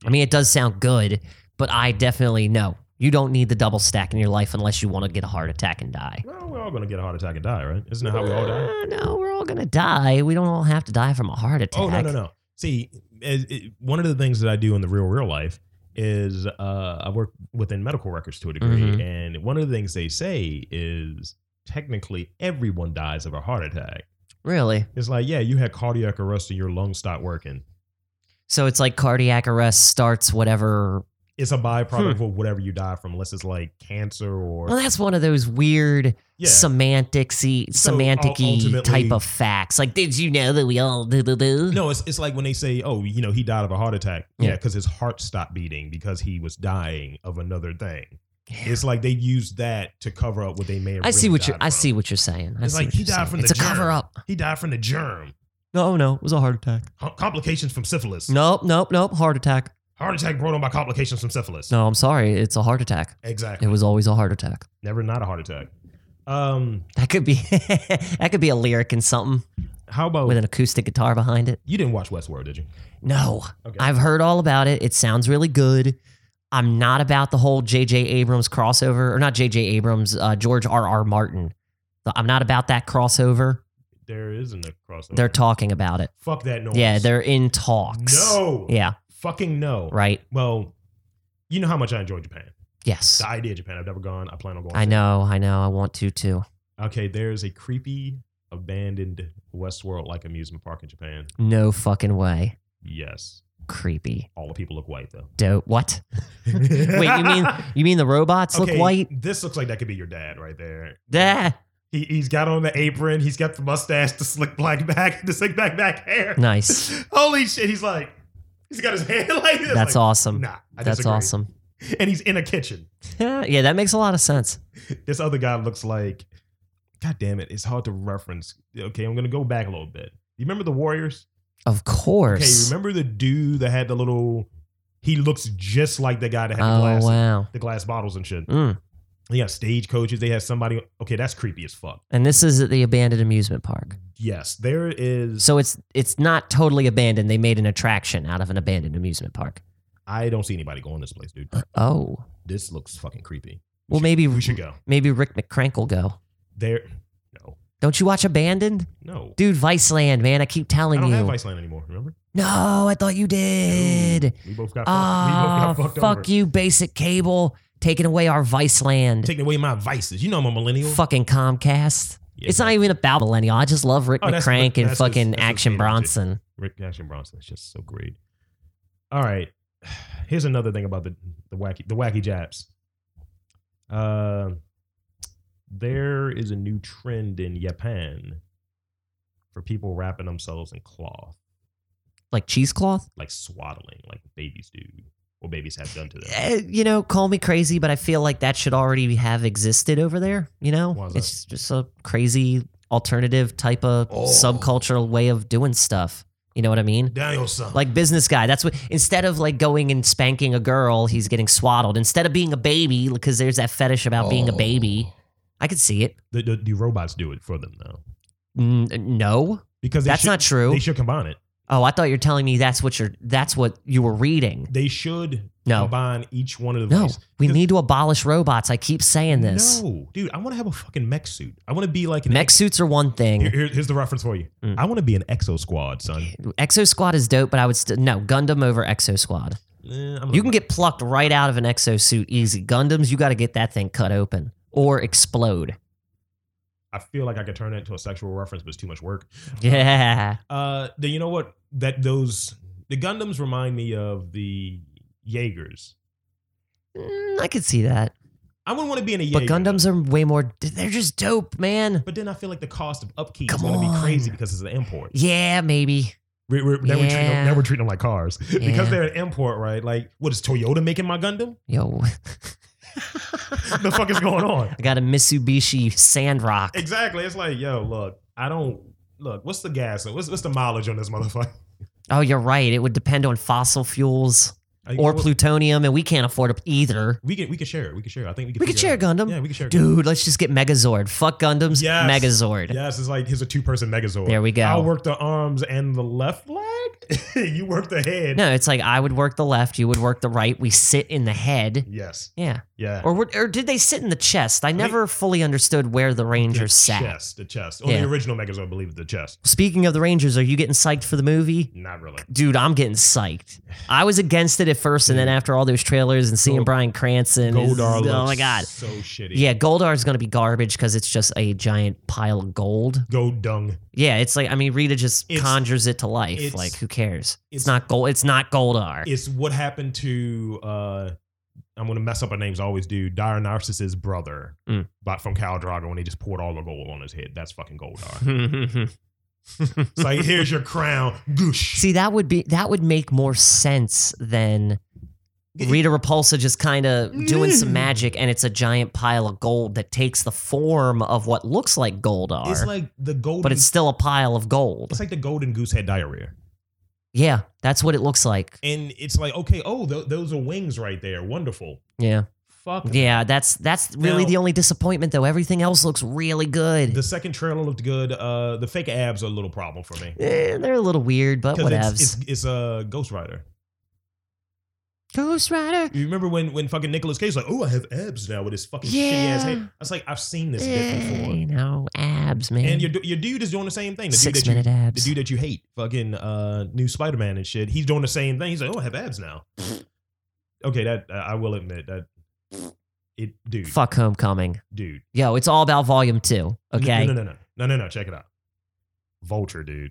Speaker 2: I mean, it does sound good, but I definitely know you don't need the double stack in your life unless you want to get a heart attack and die.
Speaker 1: Well, we're all gonna get a heart attack and die, right? Isn't that how we all die?
Speaker 2: Uh, no, we're all gonna die. We don't all have to die from a heart attack.
Speaker 1: Oh no, no, no. See, as, it, one of the things that I do in the real, real life is uh, I work within medical records to a degree,
Speaker 2: Mhm.
Speaker 1: and one of the things they say is technically everyone dies of a heart attack.
Speaker 2: Really?
Speaker 1: It's like, yeah, you had cardiac arrest and your lungs stopped working.
Speaker 2: So it's like cardiac arrest starts whatever.
Speaker 1: It's a byproduct of whatever you die from, unless it's like cancer or
Speaker 2: Well, that's one of those weird
Speaker 1: yeah.
Speaker 2: semanticsy,
Speaker 1: So, ul-
Speaker 2: semantic-y
Speaker 1: ultimately-
Speaker 2: type of facts. Like, did you know that we all do do do?
Speaker 1: No, it's, it's like when they say, oh, you know, he died of a heart attack. Yeah,
Speaker 2: Yeah.
Speaker 1: because his heart stopped beating because he was dying of another thing. It's like they use that to cover up what they may have
Speaker 2: I see
Speaker 1: really
Speaker 2: what you.
Speaker 1: died
Speaker 2: I
Speaker 1: from.
Speaker 2: see what you're saying. I
Speaker 1: It's
Speaker 2: see
Speaker 1: like
Speaker 2: what
Speaker 1: he
Speaker 2: you're
Speaker 1: died
Speaker 2: saying.
Speaker 1: from the
Speaker 2: It's a
Speaker 1: germ.
Speaker 2: cover up.
Speaker 1: He died from the germ.
Speaker 2: No, no, it was a heart attack.
Speaker 1: Com- Complications from syphilis.
Speaker 2: Nope, nope, nope. Heart attack.
Speaker 1: Heart attack brought on by complications from syphilis.
Speaker 2: No, I'm sorry. It's a heart attack.
Speaker 1: Exactly.
Speaker 2: It was always a heart attack.
Speaker 1: Never not a heart attack. Um,
Speaker 2: That could be. that could be a lyric in something
Speaker 1: how about
Speaker 2: with an acoustic guitar behind it.
Speaker 1: you didn't watch Westworld, did you?
Speaker 2: No,
Speaker 1: Okay.
Speaker 2: I've heard all about it. It sounds really good. I'm not about the whole J.J. Abrams crossover, or not J.J. Abrams, uh, George R.R. Martin. I'm not about that crossover.
Speaker 1: There isn't a crossover.
Speaker 2: They're talking about it.
Speaker 1: Fuck that noise.
Speaker 2: Yeah, they're in talks.
Speaker 1: No.
Speaker 2: Yeah,
Speaker 1: Fucking no.
Speaker 2: right.
Speaker 1: Well, you know how much I enjoy Japan.
Speaker 2: Yes.
Speaker 1: The idea of Japan. I've never gone. I plan on going.
Speaker 2: I know, I know. I want to too.
Speaker 1: Okay, there's a creepy, abandoned Westworld like amusement park in Japan.
Speaker 2: No fucking way.
Speaker 1: Yes.
Speaker 2: Creepy.
Speaker 1: All the people look white though.
Speaker 2: Dope. What?
Speaker 1: Wait,
Speaker 2: you mean- You mean the robots look white?
Speaker 1: This looks like that could be your dad right there.
Speaker 2: Yeah.
Speaker 1: He, he's got on the apron. He's got the mustache, the slick black back, the slick back back hair.
Speaker 2: Nice.
Speaker 1: Holy shit! He's like, he's got his hand like this.
Speaker 2: That's
Speaker 1: like,
Speaker 2: awesome.
Speaker 1: Nah, I
Speaker 2: That's
Speaker 1: disagree.
Speaker 2: awesome.
Speaker 1: And he's in a kitchen.
Speaker 2: yeah, that makes a lot of sense.
Speaker 1: This other guy looks like, God damn it! It's hard to reference. Okay, I'm gonna go back a little bit. You remember the Warriors?
Speaker 2: Of
Speaker 1: Okay, you
Speaker 2: course.
Speaker 1: remember the dude that had the little? He looks just like the guy that had the
Speaker 2: oh
Speaker 1: glass,
Speaker 2: wow.
Speaker 1: the glass bottles and shit.
Speaker 2: Mm.
Speaker 1: They got stage coaches. They had somebody. Okay, that's creepy as fuck.
Speaker 2: And this is at the abandoned amusement park.
Speaker 1: Yes, there is.
Speaker 2: So it's it's not totally abandoned. They made an attraction out of an abandoned amusement park.
Speaker 1: I don't see anybody going this place, dude.
Speaker 2: Oh.
Speaker 1: This looks fucking creepy.
Speaker 2: Well, maybe
Speaker 1: We should go
Speaker 2: maybe Rick McCrank will go.
Speaker 1: there. No,
Speaker 2: Don't you watch Abandoned?
Speaker 1: no.
Speaker 2: Dude, Viceland, man. I keep
Speaker 1: I
Speaker 2: telling
Speaker 1: don't
Speaker 2: you.
Speaker 1: have Viceland anymore. Remember?
Speaker 2: No, I thought you did.
Speaker 1: We both got.
Speaker 2: Ah,
Speaker 1: fucked. we both got fucked
Speaker 2: fuck
Speaker 1: over.
Speaker 2: you, basic cable, taking away our Vice land.
Speaker 1: Taking away my vices. You know I'm a millennial.
Speaker 2: fucking Comcast.
Speaker 1: Yeah,
Speaker 2: it's not even about millennial. I just love Rick
Speaker 1: Oh, that's-
Speaker 2: McCrank and
Speaker 1: that's his-
Speaker 2: fucking
Speaker 1: that's his
Speaker 2: Action
Speaker 1: main
Speaker 2: Bronson.
Speaker 1: Rick Action Bronson is just so great. All right. Here's another thing about the the wacky the wacky jabs. Uh, there is a new trend in Japan for people wrapping themselves in cloth,
Speaker 2: Like cheesecloth.
Speaker 1: like swaddling, like babies do, or babies have done to them.
Speaker 2: Eh, you know, call me crazy, but I feel like that should already have existed over there. You know,
Speaker 1: Why is that?
Speaker 2: it's just a crazy alternative type of
Speaker 1: Oh.
Speaker 2: subcultural way of doing stuff. You know what I mean?
Speaker 1: Daniel son.
Speaker 2: Like business guy. That's what instead of like going and spanking a girl, he's getting swaddled. Instead of being a baby, because there's that fetish about being a baby. I could see it.
Speaker 1: Oh. The, the, the robots do it for them though,
Speaker 2: N- no,
Speaker 1: because they
Speaker 2: that's
Speaker 1: should-
Speaker 2: not true.
Speaker 1: They should combine it.
Speaker 2: oh, I thought you were telling me that's what you're. That's what you were reading.
Speaker 1: They should
Speaker 2: No.
Speaker 1: combine each one of the
Speaker 2: No,
Speaker 1: ways.
Speaker 2: we
Speaker 1: Because-
Speaker 2: need to abolish robots. I keep saying this.
Speaker 1: No, dude, I want to have a fucking mech suit. I want to be like an
Speaker 2: Mech suits are one thing.
Speaker 1: Here- here- here's the reference for you.
Speaker 2: Mm.
Speaker 1: I want to be an Exo Squad, son.
Speaker 2: Exo Squad is dope, but I would still no Gundam over Exo Squad.
Speaker 1: Eh,
Speaker 2: You can get plucked right out of an exo suit easy. Gundams, you got to get that thing cut open or explode.
Speaker 1: I feel like I could turn that into a sexual reference, but it's too much work.
Speaker 2: Yeah,
Speaker 1: Uh, then you know what? That those the Gundams remind me of the Jaegers.
Speaker 2: Mm, I could see that.
Speaker 1: I wouldn't want to be in a
Speaker 2: But
Speaker 1: Jaeger.
Speaker 2: Gundams are way more. They're just dope, man.
Speaker 1: But then I feel like the cost of upkeep
Speaker 2: Come
Speaker 1: is going to be
Speaker 2: on.
Speaker 1: crazy because it's an import.
Speaker 2: Yeah, maybe.
Speaker 1: We, we now, we're treating them,
Speaker 2: Yeah.
Speaker 1: now we're treating them like cars
Speaker 2: Yeah.
Speaker 1: because they're an import, right? Like, what is Toyota making my Gundam?
Speaker 2: Yo,
Speaker 1: the fuck is going on?
Speaker 2: I got a Mitsubishi Sandrock.
Speaker 1: Exactly. It's like, yo, look, I don't look. What's the gas? What's what's the mileage on this motherfucker?
Speaker 2: Oh, you're right. It would depend on fossil fuels.
Speaker 1: I-
Speaker 2: or
Speaker 1: well,
Speaker 2: plutonium, and we can't afford it either.
Speaker 1: We can we can share it. We can share. it. I think we can.
Speaker 2: We could
Speaker 1: figure
Speaker 2: share
Speaker 1: it out.
Speaker 2: Gundam.
Speaker 1: Yeah, we can share. it.
Speaker 2: Dude, let's just get Megazord. Fuck Gundams,
Speaker 1: Yes.
Speaker 2: Megazord.
Speaker 1: Yes, it's like here's a two person Megazord.
Speaker 2: There we go.
Speaker 1: I'll work the arms and the left leg. you work the head.
Speaker 2: No, it's like I would work the left, you would work the right. We sit in the head.
Speaker 1: Yes.
Speaker 2: Yeah.
Speaker 1: Yeah.
Speaker 2: Or would- or did they sit in the chest? I never fully understood where the
Speaker 1: the
Speaker 2: Rangers sat.
Speaker 1: chest. The chest. Only
Speaker 2: Yeah.
Speaker 1: the original Megazord believed the chest.
Speaker 2: Speaking of the Rangers, are you getting psyched for the movie?
Speaker 1: Not really.
Speaker 2: Dude, I'm getting psyched. I was against it at first, and then after all those trailers and seeing
Speaker 1: Gold-
Speaker 2: Brian Cranston, is-
Speaker 1: Goldar looks
Speaker 2: oh my god,
Speaker 1: so shitty.
Speaker 2: yeah, Goldar's gonna be garbage because it's just a giant pile of gold.
Speaker 1: Gold dung.
Speaker 2: Yeah, it's like I mean, Rita just
Speaker 1: It's-
Speaker 2: conjures it to life.
Speaker 1: it's-
Speaker 2: Like, who cares? It's,
Speaker 1: it's-
Speaker 2: not gold. It's not Goldar.
Speaker 1: It's what happened to uh I'm gonna mess up her names. I always do. Dire Narcissus' brother,
Speaker 2: Mm.
Speaker 1: bought from Khal Drago, when he just poured all the gold on his head. That's fucking Goldar. it's like here's your crown, goosh.
Speaker 2: See, that would be that would make more sense than Rita Repulsa just kind of doing
Speaker 1: Mm.
Speaker 2: some magic, and it's a giant pile of gold that takes the form of what looks like Goldar,
Speaker 1: It's like the golden.
Speaker 2: but it's still a pile of gold.
Speaker 1: it's like the golden goose had diarrhea.
Speaker 2: Yeah, that's what it looks like.
Speaker 1: and it's like okay oh th- those are wings right there wonderful
Speaker 2: Yeah,
Speaker 1: fuck
Speaker 2: yeah, that's that's really
Speaker 1: Now-
Speaker 2: the only disappointment, though. Everything else looks really good.
Speaker 1: the second trailer looked good uh the fake abs are a little problem for me
Speaker 2: Eh, they're a little weird, but whatevs.
Speaker 1: it's, it's it's a ghost rider
Speaker 2: Ghost Rider.
Speaker 1: you remember when when fucking Nicolas Cage was like oh i have abs now with his fucking shitty ass
Speaker 2: Yeah.
Speaker 1: head i was like i've seen this bit
Speaker 2: Eh,
Speaker 1: before
Speaker 2: you know, abs, man.
Speaker 1: and your, du- your dude is doing the same thing the dude
Speaker 2: Six
Speaker 1: that you
Speaker 2: minute
Speaker 1: the
Speaker 2: abs.
Speaker 1: dude that you hate fucking uh new spider-man and shit he's doing the same thing he's like oh i have abs now okay that i will admit that it dude
Speaker 2: Fuck Homecoming.
Speaker 1: dude
Speaker 2: Yo, it's all about volume two.
Speaker 1: N-
Speaker 2: Okay.
Speaker 1: No, no, no, no, no, no, no. Check it out. Vulture, dude,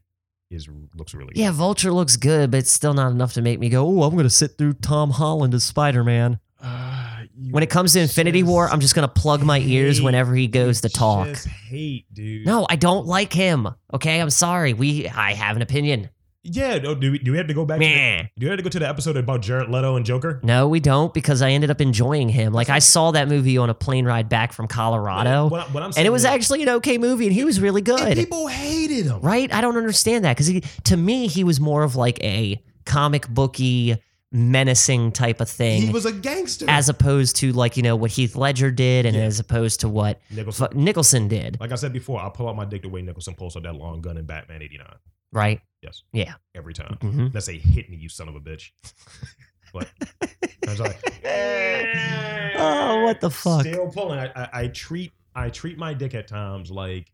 Speaker 1: is looks really good.
Speaker 2: Yeah, Vulture looks good, but it's still not enough to make me go, oh, I'm going to sit through Tom Holland as Spider Man.
Speaker 1: Uh, you
Speaker 2: When it comes to Infinity
Speaker 1: just-
Speaker 2: War, I'm just going to plug my ears
Speaker 1: hate-
Speaker 2: whenever he goes to
Speaker 1: you
Speaker 2: talk.
Speaker 1: Just hate, dude.
Speaker 2: No, I don't like him. Okay, I'm sorry. We, I have an opinion.
Speaker 1: Yeah. No, do we? Do we have to go back? To the,
Speaker 2: Meh.
Speaker 1: do we have to go to the episode about Jared Leto and Joker?
Speaker 2: No, we don't, because I ended up enjoying him. Like I saw that movie on a plane ride back from Colorado,
Speaker 1: What, I- what I'm
Speaker 2: and
Speaker 1: saying
Speaker 2: it was
Speaker 1: is-
Speaker 2: actually an okay movie, and he was really
Speaker 1: and
Speaker 2: good.
Speaker 1: people hated him.
Speaker 2: right? I don't understand that because to me, he was more of like a comic booky, menacing type of thing.
Speaker 1: He was a gangster.
Speaker 2: as opposed to like you know what Heath Ledger did, and
Speaker 1: Yeah.
Speaker 2: as opposed to what
Speaker 1: Nicholson.
Speaker 2: F- Nicholson did,
Speaker 1: Like I said before, I pull out my dick the way Nicholson pulls out that long gun in Batman '89
Speaker 2: right?
Speaker 1: Yes.
Speaker 2: Yeah.
Speaker 1: every time.
Speaker 2: hmm
Speaker 1: That's a hit me, you son of a bitch. But I was like,
Speaker 2: Oh, what the fuck?
Speaker 1: Still pulling. I, I, I treat I treat my dick at times like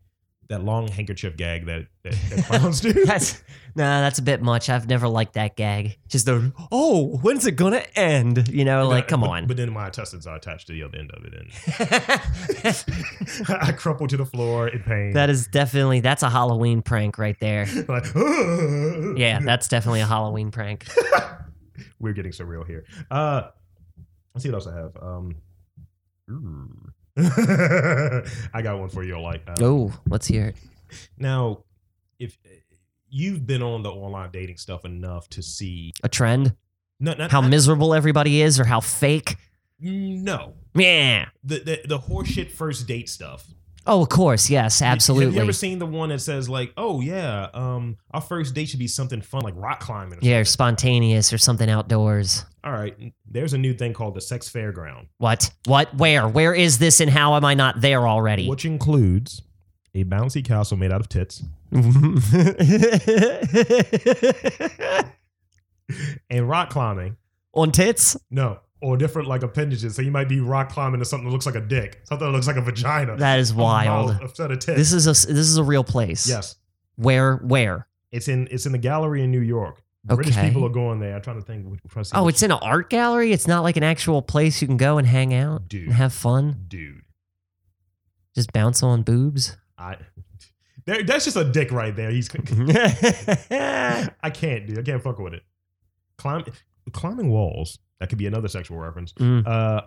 Speaker 1: that long handkerchief gag that that, that clowns do.
Speaker 2: That's nah, that's a bit much. I've never liked that gag. Just the oh, when's it gonna end? You know, like come
Speaker 1: but,
Speaker 2: on.
Speaker 1: But then my intestines are attached to the other end of it, and I crumple to the floor in pain.
Speaker 2: that is definitely that's a Halloween prank right there.
Speaker 1: like,
Speaker 2: Yeah, that's definitely a Halloween prank.
Speaker 1: we're getting surreal here. Uh, let's see what else I have. Um, ooh. I got one for you. Like, uh,
Speaker 2: Oh, let's hear it.
Speaker 1: Now, if you've been on the online dating stuff enough to see
Speaker 2: A trend?
Speaker 1: no, not,
Speaker 2: How
Speaker 1: not-
Speaker 2: miserable everybody is, or how fake?
Speaker 1: no
Speaker 2: Yeah.
Speaker 1: the the, the horseshit first date stuff.
Speaker 2: Oh, of course. Yes,
Speaker 1: Have you
Speaker 2: absolutely.
Speaker 1: ever seen the one that says like, oh yeah, um, our first date should be something fun like rock climbing? Or
Speaker 2: Yeah, or
Speaker 1: something.
Speaker 2: spontaneous or something outdoors.
Speaker 1: All right. There's a new thing called the sex fairground,
Speaker 2: What? What? Where? Where is this and how am I not there already?
Speaker 1: which includes a bouncy castle made out of tits and rock climbing.
Speaker 2: On tits?
Speaker 1: No. Or different like appendages. So you might be rock climbing to something that looks like a dick, something that looks like a vagina,
Speaker 2: That is
Speaker 1: a
Speaker 2: wild.
Speaker 1: mouth, a set of tits.
Speaker 2: This is a this is a real place.
Speaker 1: yes.
Speaker 2: Where? Where?
Speaker 1: It's in it's in the gallery in New York. British
Speaker 2: Okay.
Speaker 1: people are going there. I'm trying to think. which- trying to see
Speaker 2: Oh,
Speaker 1: which-
Speaker 2: it's in an art gallery. It's not like an actual place you can go and hang out and
Speaker 1: dude,
Speaker 2: have fun.
Speaker 1: dude.
Speaker 2: Just bounce on boobs.
Speaker 1: I there, that's just a dick right there. He's
Speaker 2: yeah,
Speaker 1: I can't do. I can't fuck with it. Climb climbing walls. That could be another sexual reference.
Speaker 2: Mm.
Speaker 1: Uh,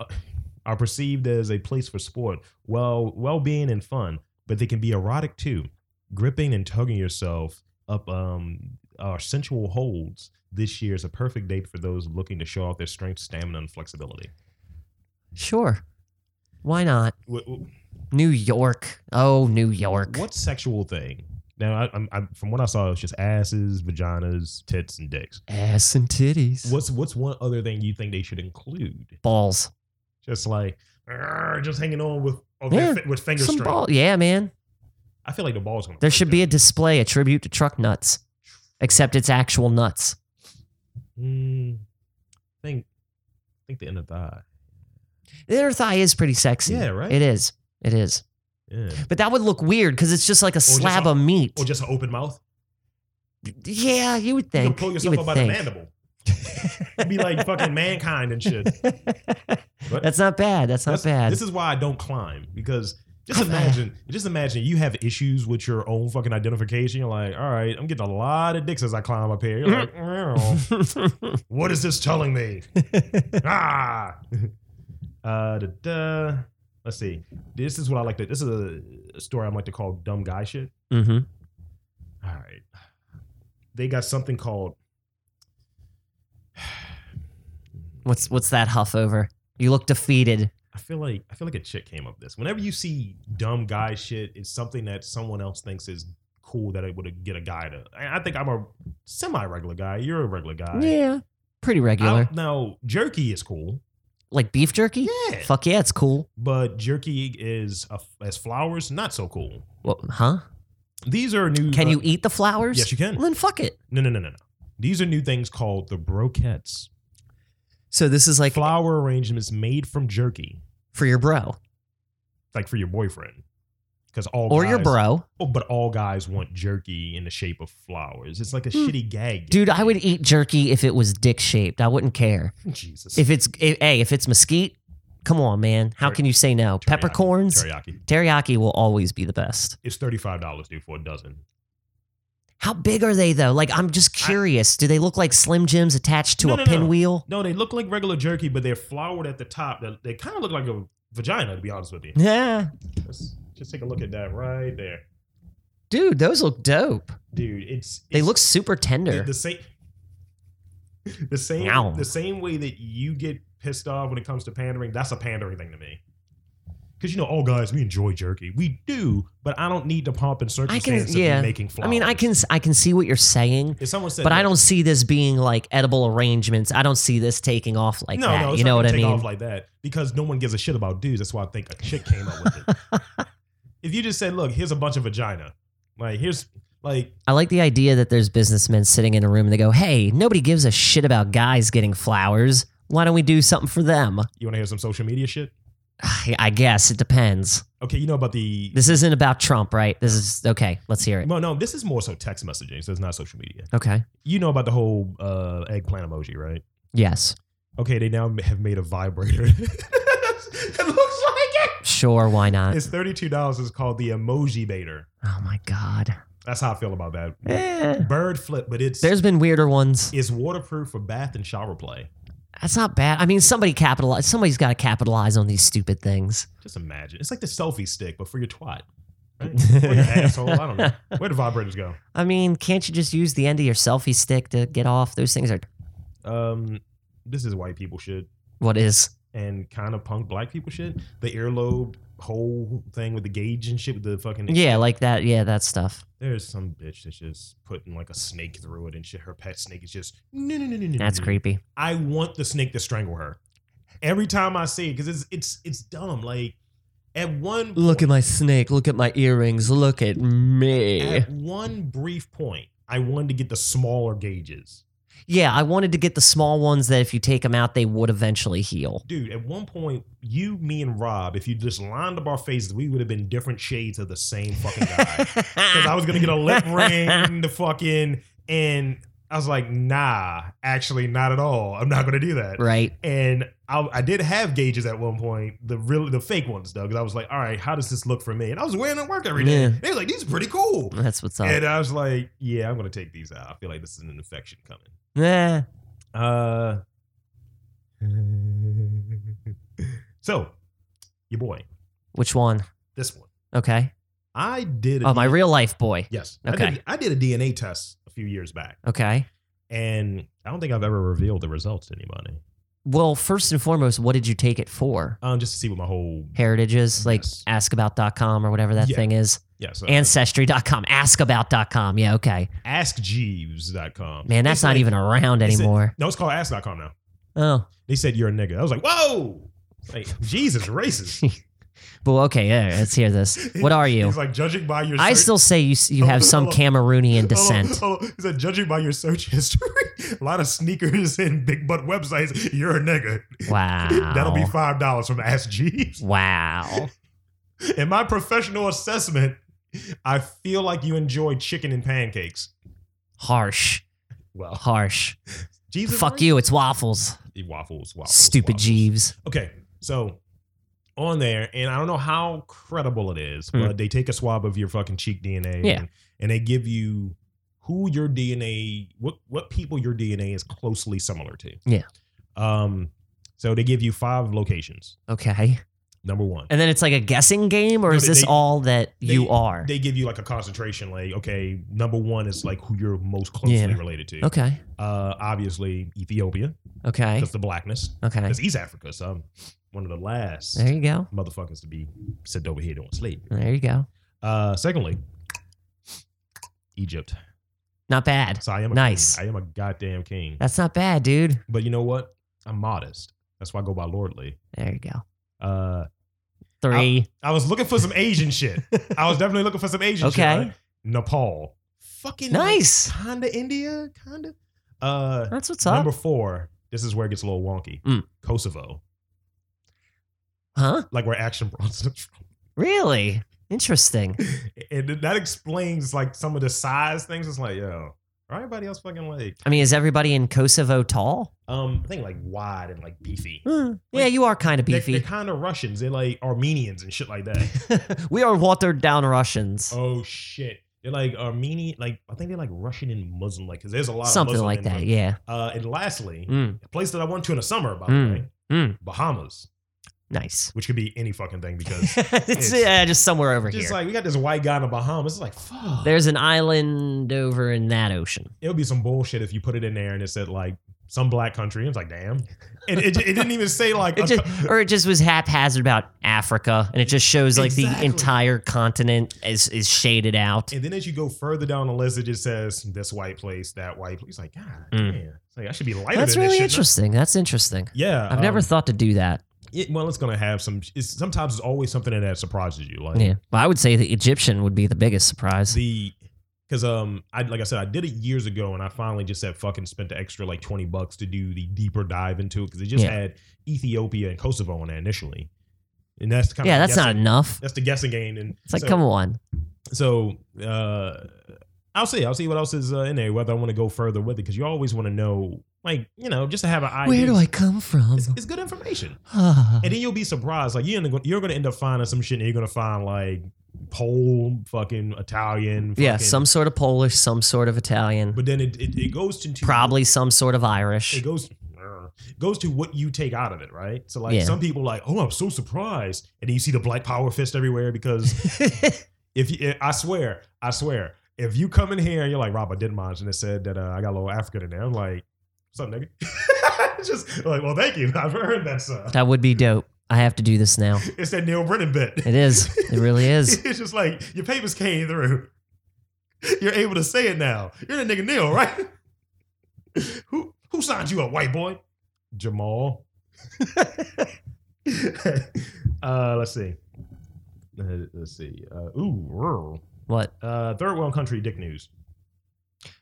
Speaker 1: are perceived as a place for sport, well, well-being and fun, but they can be erotic too. Gripping and tugging yourself up um our sensual holds. This year is a perfect date for those looking to show off their strength, stamina, and flexibility.
Speaker 2: sure. Why not?
Speaker 1: Wh- wh-
Speaker 2: New York. Oh, New York.
Speaker 1: What sexual thing Now, I, I'm, I'm, from what I saw, it's just asses, vaginas, tits, and dicks.
Speaker 2: Ass and titties.
Speaker 1: What's what's one other thing you think they should include?
Speaker 2: Balls.
Speaker 1: Just like "Arr," just hanging on with oh, their
Speaker 2: Yeah,
Speaker 1: fi- with finger
Speaker 2: Some
Speaker 1: string.
Speaker 2: ball. Yeah, man.
Speaker 1: I feel like the ball's gonna.
Speaker 2: There
Speaker 1: break
Speaker 2: should be a
Speaker 1: down.
Speaker 2: display, a tribute to truck nuts, except it's actual nuts.
Speaker 1: Mm, I think I think the inner thigh.
Speaker 2: The inner thigh is pretty sexy.
Speaker 1: Yeah, right?
Speaker 2: It is. It is.
Speaker 1: Yeah.
Speaker 2: But that would look weird because it's just like a
Speaker 1: just
Speaker 2: slab
Speaker 1: a-
Speaker 2: of meat.
Speaker 1: Or just an open mouth.
Speaker 2: yeah, you would
Speaker 1: You'll
Speaker 2: think.
Speaker 1: pull
Speaker 2: you
Speaker 1: yourself
Speaker 2: would
Speaker 1: up by the
Speaker 2: think.
Speaker 1: mandible. You'd be like fucking mankind and shit. But-
Speaker 2: That's not bad. That's not
Speaker 1: That's-
Speaker 2: bad.
Speaker 1: This is why I don't climb because just
Speaker 2: Not bad.
Speaker 1: imagine, just imagine you have issues with your own fucking identification. You're like, all right, I'm getting a lot of dicks as I climb up here. You're like, "Meow. what is this telling me? ah. Uh, da, da. Let's see. This is what I like to. This is a story I like to call dumb guy shit.
Speaker 2: hmm
Speaker 1: All right. They got something called.
Speaker 2: What's what's that huff over? You look defeated.
Speaker 1: I feel like I feel like a chick came up with this. Whenever you see dumb guy shit, it's something that someone else thinks is cool that it would get a guy to. I I think I'm a semi regular guy. You're a regular guy.
Speaker 2: yeah, pretty regular.
Speaker 1: I- Now jerky is cool,
Speaker 2: like beef jerky.
Speaker 1: Yeah.
Speaker 2: Fuck yeah, it's cool.
Speaker 1: but jerky is a, as flowers not so cool.
Speaker 2: What, huh?
Speaker 1: These are new.
Speaker 2: Can
Speaker 1: uh,
Speaker 2: you eat the flowers?
Speaker 1: Yes, you can.
Speaker 2: Well, then fuck it.
Speaker 1: No, no, no, no, no. These are new things called the broquettes.
Speaker 2: So this is like
Speaker 1: Flower arrangements made from jerky,
Speaker 2: for your bro
Speaker 1: like for your boyfriend, because all
Speaker 2: or your
Speaker 1: guys-
Speaker 2: bro,
Speaker 1: Oh, but all guys want jerky in the shape of flowers. It's like a
Speaker 2: Hmm.
Speaker 1: shitty gag.
Speaker 2: dude. I would eat jerky if it was dick shaped. I wouldn't care.
Speaker 1: Jesus.
Speaker 2: If it's i hey, if it's mesquite, come on, man. How
Speaker 1: Teriyaki.
Speaker 2: can you say no?
Speaker 1: Teriyaki.
Speaker 2: Peppercorns,
Speaker 1: teriyaki,
Speaker 2: teriyaki will always be the best.
Speaker 1: it's thirty five dollars dude for a dozen.
Speaker 2: How big are they though? Like I'm just curious. Do they look like Slim Jims attached to
Speaker 1: No,
Speaker 2: a
Speaker 1: no, no.
Speaker 2: pinwheel?
Speaker 1: No, they look like regular jerky, but they're floured at the top. They, they kind of look like a vagina, to be honest with you.
Speaker 2: Yeah,
Speaker 1: Let's just take a look at that right there,
Speaker 2: dude, those look dope.
Speaker 1: dude. It's,
Speaker 2: They
Speaker 1: it's-
Speaker 2: look super tender.
Speaker 1: the, the same. The same,
Speaker 2: Meow.
Speaker 1: the same way that you get pissed off when it comes to pandering, that's a pandering thing to me. Because you know, oh guys, we enjoy jerky, we do, but I don't need to pomp and circumstance of me
Speaker 2: yeah.
Speaker 1: making flowers.
Speaker 2: I mean, I can I can see what you're saying,
Speaker 1: If someone said,
Speaker 2: but I
Speaker 1: "Look,
Speaker 2: don't see this being like edible arrangements. I don't see this taking off like that.
Speaker 1: it's
Speaker 2: you
Speaker 1: not gonna
Speaker 2: know what I
Speaker 1: take
Speaker 2: mean?
Speaker 1: Off like that because no one gives a shit about dudes. That's why I think a chick came up with it. if you just said, "Look, here's a bunch of vagina," like here's like
Speaker 2: I like the idea that there's businessmen sitting in a room and they go, "Hey, nobody gives a shit about guys getting flowers. Why don't we do something for them?"
Speaker 1: you want to hear some social media shit.
Speaker 2: I I guess it depends.
Speaker 1: Okay, you know about the
Speaker 2: This isn't about Trump, right? This is okay. Let's hear it.
Speaker 1: no, no. This is more so text messaging, so it's not social media.
Speaker 2: Okay.
Speaker 1: You know about the whole uh, eggplant emoji, right?
Speaker 2: Yes.
Speaker 1: Okay, they now have made a vibrator. it looks like it.
Speaker 2: Sure. Why not?
Speaker 1: It's thirty two dollars. It's called the emoji baiter.
Speaker 2: Oh my god.
Speaker 1: That's how I feel about that.
Speaker 2: Eh.
Speaker 1: Bird flip, but it's
Speaker 2: There's been weirder ones.
Speaker 1: it's waterproof for bath and shower play.
Speaker 2: That's not bad. I mean, somebody capitalize. Somebody's got to capitalize on these stupid things.
Speaker 1: Just imagine. It's like the selfie stick, but for your twat. Right? or your asshole. I don't know. Where do vibrators go?
Speaker 2: I mean, can't you just use the end of your selfie stick to get off? Those things are
Speaker 1: Um, this is white people shit
Speaker 2: what is.
Speaker 1: and kind of punk black people shit. The earlobe whole thing with the gauge and shit with the fucking
Speaker 2: Yeah, like that. Yeah, that stuff.
Speaker 1: There's some bitch that's just putting like a snake through it and shit. Her pet snake is just no no no no no.
Speaker 2: That's
Speaker 1: no.
Speaker 2: creepy.
Speaker 1: I want the snake to strangle her. Every time I see it, because it's it's it's dumb. Like at one
Speaker 2: Look at my snake. Look at my earrings. Look at me.
Speaker 1: at one brief point, I wanted to get the smaller gauges.
Speaker 2: Yeah, I wanted to get the small ones that if you take them out, they would eventually heal.
Speaker 1: Dude, at one point, you, me, and Rob, if you just lined up our faces, we would have been different shades of the same fucking guy. Because I was gonna get a lip ring, the fucking, and I was like, nah, actually, not at all. I'm not gonna do that.
Speaker 2: right.
Speaker 1: And I, I did have gauges at one point, the real, the fake ones though, because I was like, all right, how does this look for me? And I was wearing them to work every day.
Speaker 2: Yeah.
Speaker 1: They were like, these are pretty cool.
Speaker 2: That's what's up.
Speaker 1: And I was like, yeah, I'm gonna take these out. I feel like this is an infection coming.
Speaker 2: Yeah.
Speaker 1: Uh, so, your boy,
Speaker 2: Which one?
Speaker 1: this one.
Speaker 2: Okay.
Speaker 1: I did.
Speaker 2: Oh, my real life boy.
Speaker 1: Yes. I
Speaker 2: Okay.
Speaker 1: did, I did a DNA test a few years back,
Speaker 2: Okay.
Speaker 1: and I don't think I've ever revealed the results to anybody.
Speaker 2: Well, first and foremost, what did you take it for?
Speaker 1: Um, just to see what my whole
Speaker 2: Heritages, like
Speaker 1: Yes.
Speaker 2: askabout.com or whatever that
Speaker 1: Yeah.
Speaker 2: thing is.
Speaker 1: Yes. Uh,
Speaker 2: Ancestry.com, askabout.com. Yeah, okay.
Speaker 1: AskJeeves.com.
Speaker 2: Man, that's
Speaker 1: It's
Speaker 2: not
Speaker 1: like-
Speaker 2: even around
Speaker 1: it's a-
Speaker 2: anymore.
Speaker 1: No, it's called Ask.com now.
Speaker 2: Oh,
Speaker 1: They said you're a nigga. I was like, whoa. Like, Jesus, racist.
Speaker 2: but okay, yeah, let's hear this. What are you?
Speaker 1: He's like, judging by your
Speaker 2: I
Speaker 1: search-
Speaker 2: still say you s- you have some
Speaker 1: Hold
Speaker 2: Cameroonian
Speaker 1: Hold on,
Speaker 2: descent.
Speaker 1: hold on. He said, judging by your search history, a lot of sneakers and big butt websites, you're a nigga.
Speaker 2: Wow.
Speaker 1: That'll be five dollars from Ask Jeeves.
Speaker 2: Wow.
Speaker 1: In my professional assessment, I feel like you enjoy chicken and pancakes.
Speaker 2: Harsh.
Speaker 1: Well,
Speaker 2: Harsh.
Speaker 1: Jesus,
Speaker 2: Fuck you. It's waffles.
Speaker 1: you, waffles, waffles,
Speaker 2: Stupid
Speaker 1: waffles.
Speaker 2: Jeeves.
Speaker 1: Okay, so on there, and I don't know how credible it is,
Speaker 2: Hmm.
Speaker 1: but they take a swab of your fucking cheek DNA,
Speaker 2: Yeah.
Speaker 1: and, and they give you who your DNA, what what people your DNA is closely similar to.
Speaker 2: Yeah.
Speaker 1: Um. So they give you five locations.
Speaker 2: Okay.
Speaker 1: Number one,
Speaker 2: And then it's like a guessing game, or
Speaker 1: No,
Speaker 2: is
Speaker 1: they-
Speaker 2: this
Speaker 1: they-
Speaker 2: all that you are?
Speaker 1: they give you like a concentration. Like, okay, number one is like who you're most closely
Speaker 2: Yeah.
Speaker 1: related to.
Speaker 2: okay.
Speaker 1: Uh, obviously Ethiopia,
Speaker 2: Okay.
Speaker 1: because the blackness,
Speaker 2: Okay.
Speaker 1: because East Africa. So I'm one of the last
Speaker 2: There you go.
Speaker 1: motherfuckers to be sent over here doing sleep.
Speaker 2: There you go.
Speaker 1: Uh, secondly, Egypt.
Speaker 2: Not bad.
Speaker 1: So I am a
Speaker 2: Nice.
Speaker 1: King. I am a goddamn king.
Speaker 2: That's not bad, dude.
Speaker 1: but you know what? I'm modest. That's why I go by lordly.
Speaker 2: There you go.
Speaker 1: Uh,
Speaker 2: Three.
Speaker 1: I was looking for some Asian shit. I was definitely looking for some Asian shit.
Speaker 2: Okay.
Speaker 1: right? Nepal. Fucking
Speaker 2: Nice.
Speaker 1: Kinda India. Kinda. Uh,
Speaker 2: That's what's up.
Speaker 1: number four. This is where it gets a little wonky.
Speaker 2: Mm.
Speaker 1: Kosovo,
Speaker 2: Huh?
Speaker 1: like where Action Bronson is from,
Speaker 2: Really? Interesting.
Speaker 1: and that explains like some of the size things. It's like, yo, are everybody else fucking like
Speaker 2: I mean, is everybody in Kosovo tall?
Speaker 1: Um, I think like wide and like beefy.
Speaker 2: Hmm. yeah, you are kind of
Speaker 1: They're-
Speaker 2: beefy.
Speaker 1: They're, kind of Russians. They're like Armenians and shit like that.
Speaker 2: we are watered down Russians.
Speaker 1: oh shit. They're like Armenian. Like I think they're like Russian and Muslim. Like because there's a lot
Speaker 2: Something
Speaker 1: of Muslim
Speaker 2: like
Speaker 1: in
Speaker 2: that,
Speaker 1: them.
Speaker 2: yeah.
Speaker 1: Uh, and lastly,
Speaker 2: Mm,
Speaker 1: a place that I went to in the summer, by
Speaker 2: Mm.
Speaker 1: the way,
Speaker 2: Mm.
Speaker 1: Bahamas,
Speaker 2: nice.
Speaker 1: which could be any fucking thing because
Speaker 2: it's
Speaker 1: It's-
Speaker 2: yeah, just somewhere over
Speaker 1: just
Speaker 2: here.
Speaker 1: like we got this white guy in the Bahamas. It's like fuck.
Speaker 2: There's an island over in that ocean.
Speaker 1: it would be some bullshit if you put it in there and it said like some black country. It's like damn. And it, it didn't even say like
Speaker 2: It
Speaker 1: a
Speaker 2: just,
Speaker 1: co-
Speaker 2: or it just was haphazard about Africa, and it just shows like the
Speaker 1: Exactly.
Speaker 2: entire continent is is shaded out.
Speaker 1: And then as you go further down the list, it just says this white place, that white place. It's like, God
Speaker 2: Mm.
Speaker 1: damn. It's like I should be lighter
Speaker 2: That's
Speaker 1: than
Speaker 2: really
Speaker 1: this shit.
Speaker 2: interesting. That's interesting.
Speaker 1: Yeah.
Speaker 2: I've never
Speaker 1: um,
Speaker 2: thought to do that.
Speaker 1: it- well, it's gonna have some it's sometimes it's always something that surprises you. Like
Speaker 2: Yeah, well, I would say the Egyptian would be the biggest surprise.
Speaker 1: the because um I like I said, I did it years ago and I finally just had fucking spent the extra like twenty bucks to do the deeper dive into it because it just
Speaker 2: Yeah.
Speaker 1: had Ethiopia and Kosovo on there initially. And that's kind
Speaker 2: yeah,
Speaker 1: of
Speaker 2: that's not enough.
Speaker 1: that's the guessing game and
Speaker 2: It's like,
Speaker 1: so-
Speaker 2: come on.
Speaker 1: So uh, I'll see. I'll see what else is uh, in there. Whether I want to go further with it, because you always want to know, like you know, just to have an idea.
Speaker 2: Where do I come from?
Speaker 1: It's, it's good information,
Speaker 2: Ah.
Speaker 1: and then you'll be surprised. Like you're gonna, you're gonna end up finding some shit, and you're gonna find like Pole, fucking Italian.
Speaker 2: yeah,
Speaker 1: fucking-
Speaker 2: some sort of Polish, some sort of Italian,
Speaker 1: But then it, it, it goes into
Speaker 2: probably some sort of
Speaker 1: it
Speaker 2: Irish.
Speaker 1: goes goes to what you take out of it, right? So like
Speaker 2: Yeah.
Speaker 1: some people like, oh, I'm so surprised, and then you see the black power fist everywhere because If you, eh, I swear, I swear, if you come in here and you're like, Rob, I did mine, and it said that uh, I got a little African in there, I'm like, what's up, nigga? Just like, well, thank you. I've heard that, sir.
Speaker 2: that would be dope. I have to do this now.
Speaker 1: It's that Neil Brennan bit.
Speaker 2: It is. It really is.
Speaker 1: it's just like, your papers came through. You're able to say it now. You're the nigga Neil, right? who who signed you up, white boy? Jamal. uh, let's see. Uh, let's see. Uh, ooh, rural.
Speaker 2: What?
Speaker 1: Uh, third world country dick news.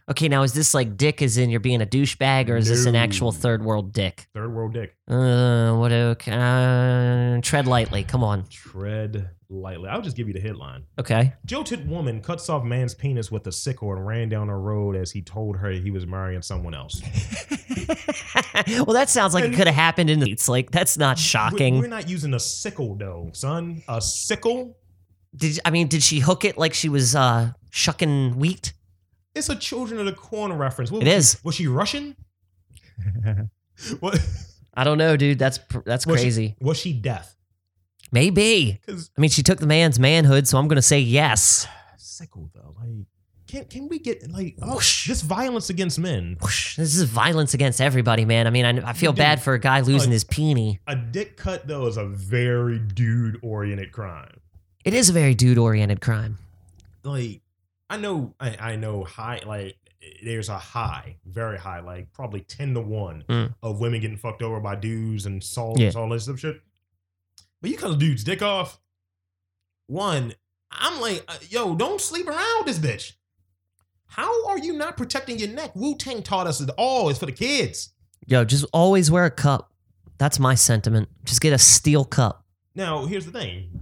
Speaker 2: Okay, now is this like dick is in you're being a douchebag, or is this an
Speaker 1: No.
Speaker 2: actual third world dick?
Speaker 1: Third world dick.
Speaker 2: Uh, what? Okay, uh, tread lightly. Come on.
Speaker 1: Tread lightly. I'll just give you the headline.
Speaker 2: Okay.
Speaker 1: Jilted woman cuts off man's penis with a sickle and ran down a road as he told her he was marrying someone else.
Speaker 2: well, that sounds like it
Speaker 1: And-
Speaker 2: could have happened in the. It's like that's not
Speaker 1: We-
Speaker 2: shocking.
Speaker 1: We're not using a sickle though, son. A sickle?
Speaker 2: Did I mean? Did she hook it like she was uh shucking wheat?
Speaker 1: It's a Children of the Corn reference. What,
Speaker 2: It is.
Speaker 1: Was she Russian? what,
Speaker 2: I don't know, dude. That's pr- that's
Speaker 1: Was she-
Speaker 2: crazy.
Speaker 1: was she deaf?
Speaker 2: Maybe.
Speaker 1: Because
Speaker 2: I mean, she took the man's manhood, so I'm gonna say yes.
Speaker 1: sickle though, like. Can, can we get like oh this violence against men?
Speaker 2: Whoosh, This is violence against everybody, man. I mean, I, I feel
Speaker 1: Dude.
Speaker 2: bad for a guy losing
Speaker 1: Like-
Speaker 2: his peenie.
Speaker 1: A dick cut though is a very dude oriented crime.
Speaker 2: It is a very dude oriented crime.
Speaker 1: like I know I, I know high like there's a high, very high, like probably ten to one
Speaker 2: Mm.
Speaker 1: of women getting fucked over by dudes and salts,
Speaker 2: Yeah.
Speaker 1: all this stuff shit. But you cut a dude's dick off. One, I'm like, uh, yo, don't sleep around this bitch. How are you not protecting your neck? Wu Tang taught us that all is for the kids.
Speaker 2: Yo, just always wear a cup. That's my sentiment. Just get a steel cup.
Speaker 1: Now, here's the thing.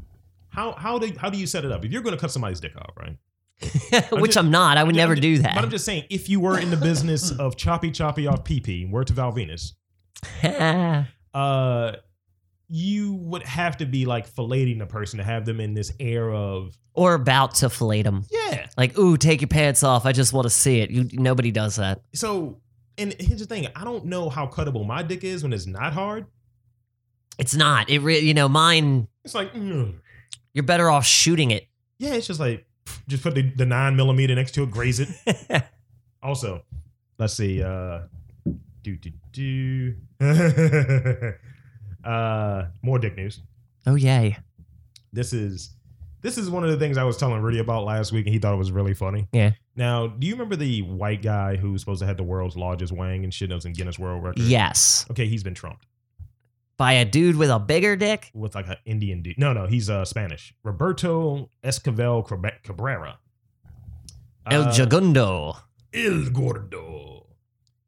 Speaker 1: How how do how do you set it up? If you're going to cut somebody's dick off, right?
Speaker 2: Which
Speaker 1: just-
Speaker 2: I'm not. I would
Speaker 1: I'm ju-
Speaker 2: never
Speaker 1: I'm ju-
Speaker 2: do that.
Speaker 1: But I'm just saying, if you were in the business of choppy choppy off pee pee, word to Val Venus, uh, you would have to be like filleting a person to have them in this air of
Speaker 2: or about to fillet him.
Speaker 1: yeah.
Speaker 2: Like, ooh, take your pants off. I just want to see it. You, nobody does that.
Speaker 1: So, and here's the thing: I don't know how cuttable my dick is when it's not hard.
Speaker 2: It's not. It really, you know, mine.
Speaker 1: It's like, mm.
Speaker 2: You're better off shooting it.
Speaker 1: yeah, it's just like just put the, the nine millimeter next to it, graze it. Also, let's see. Uh, do do do. uh, more dick news.
Speaker 2: oh yay!
Speaker 1: this is this is one of the things I was telling Rudy about last week, and he thought it was really funny.
Speaker 2: Yeah.
Speaker 1: Now, do you remember the white guy who was supposed to have the world's largest wang and shit that was in Guinness World Record?
Speaker 2: Yes,
Speaker 1: Okay, he's been trumped
Speaker 2: by a dude with a bigger dick.
Speaker 1: with like an Indian dude. No, no, he's uh Spanish. Roberto Esquivel Cab- Cabrera.
Speaker 2: El
Speaker 1: Uh,
Speaker 2: Jagundo.
Speaker 1: El Gordo.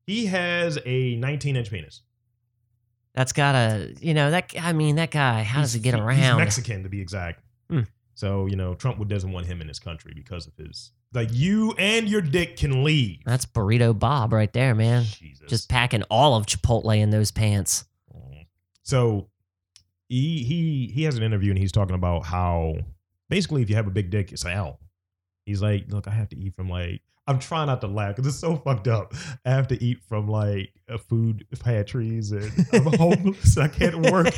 Speaker 1: He has a 19 inch penis.
Speaker 2: That's gotta, you know, that. I mean, that guy. How does he
Speaker 1: He's-
Speaker 2: get
Speaker 1: he-
Speaker 2: around?
Speaker 1: He's Mexican, to be exact.
Speaker 2: Hmm.
Speaker 1: So you know, Trump would- doesn't want him in his country because of his like you and your dick can leave.
Speaker 2: That's Burrito Bob right there, man.
Speaker 1: Jesus.
Speaker 2: Just packing all of Chipotle in those pants.
Speaker 1: Mm. so he he he has an interview and he's talking about how basically if you have a big dick, it's an L. He's like, look, I have to eat from like I'm trying not to laugh because it's so fucked up. I have to eat from like a food pantries and I'm homeless. I can't work,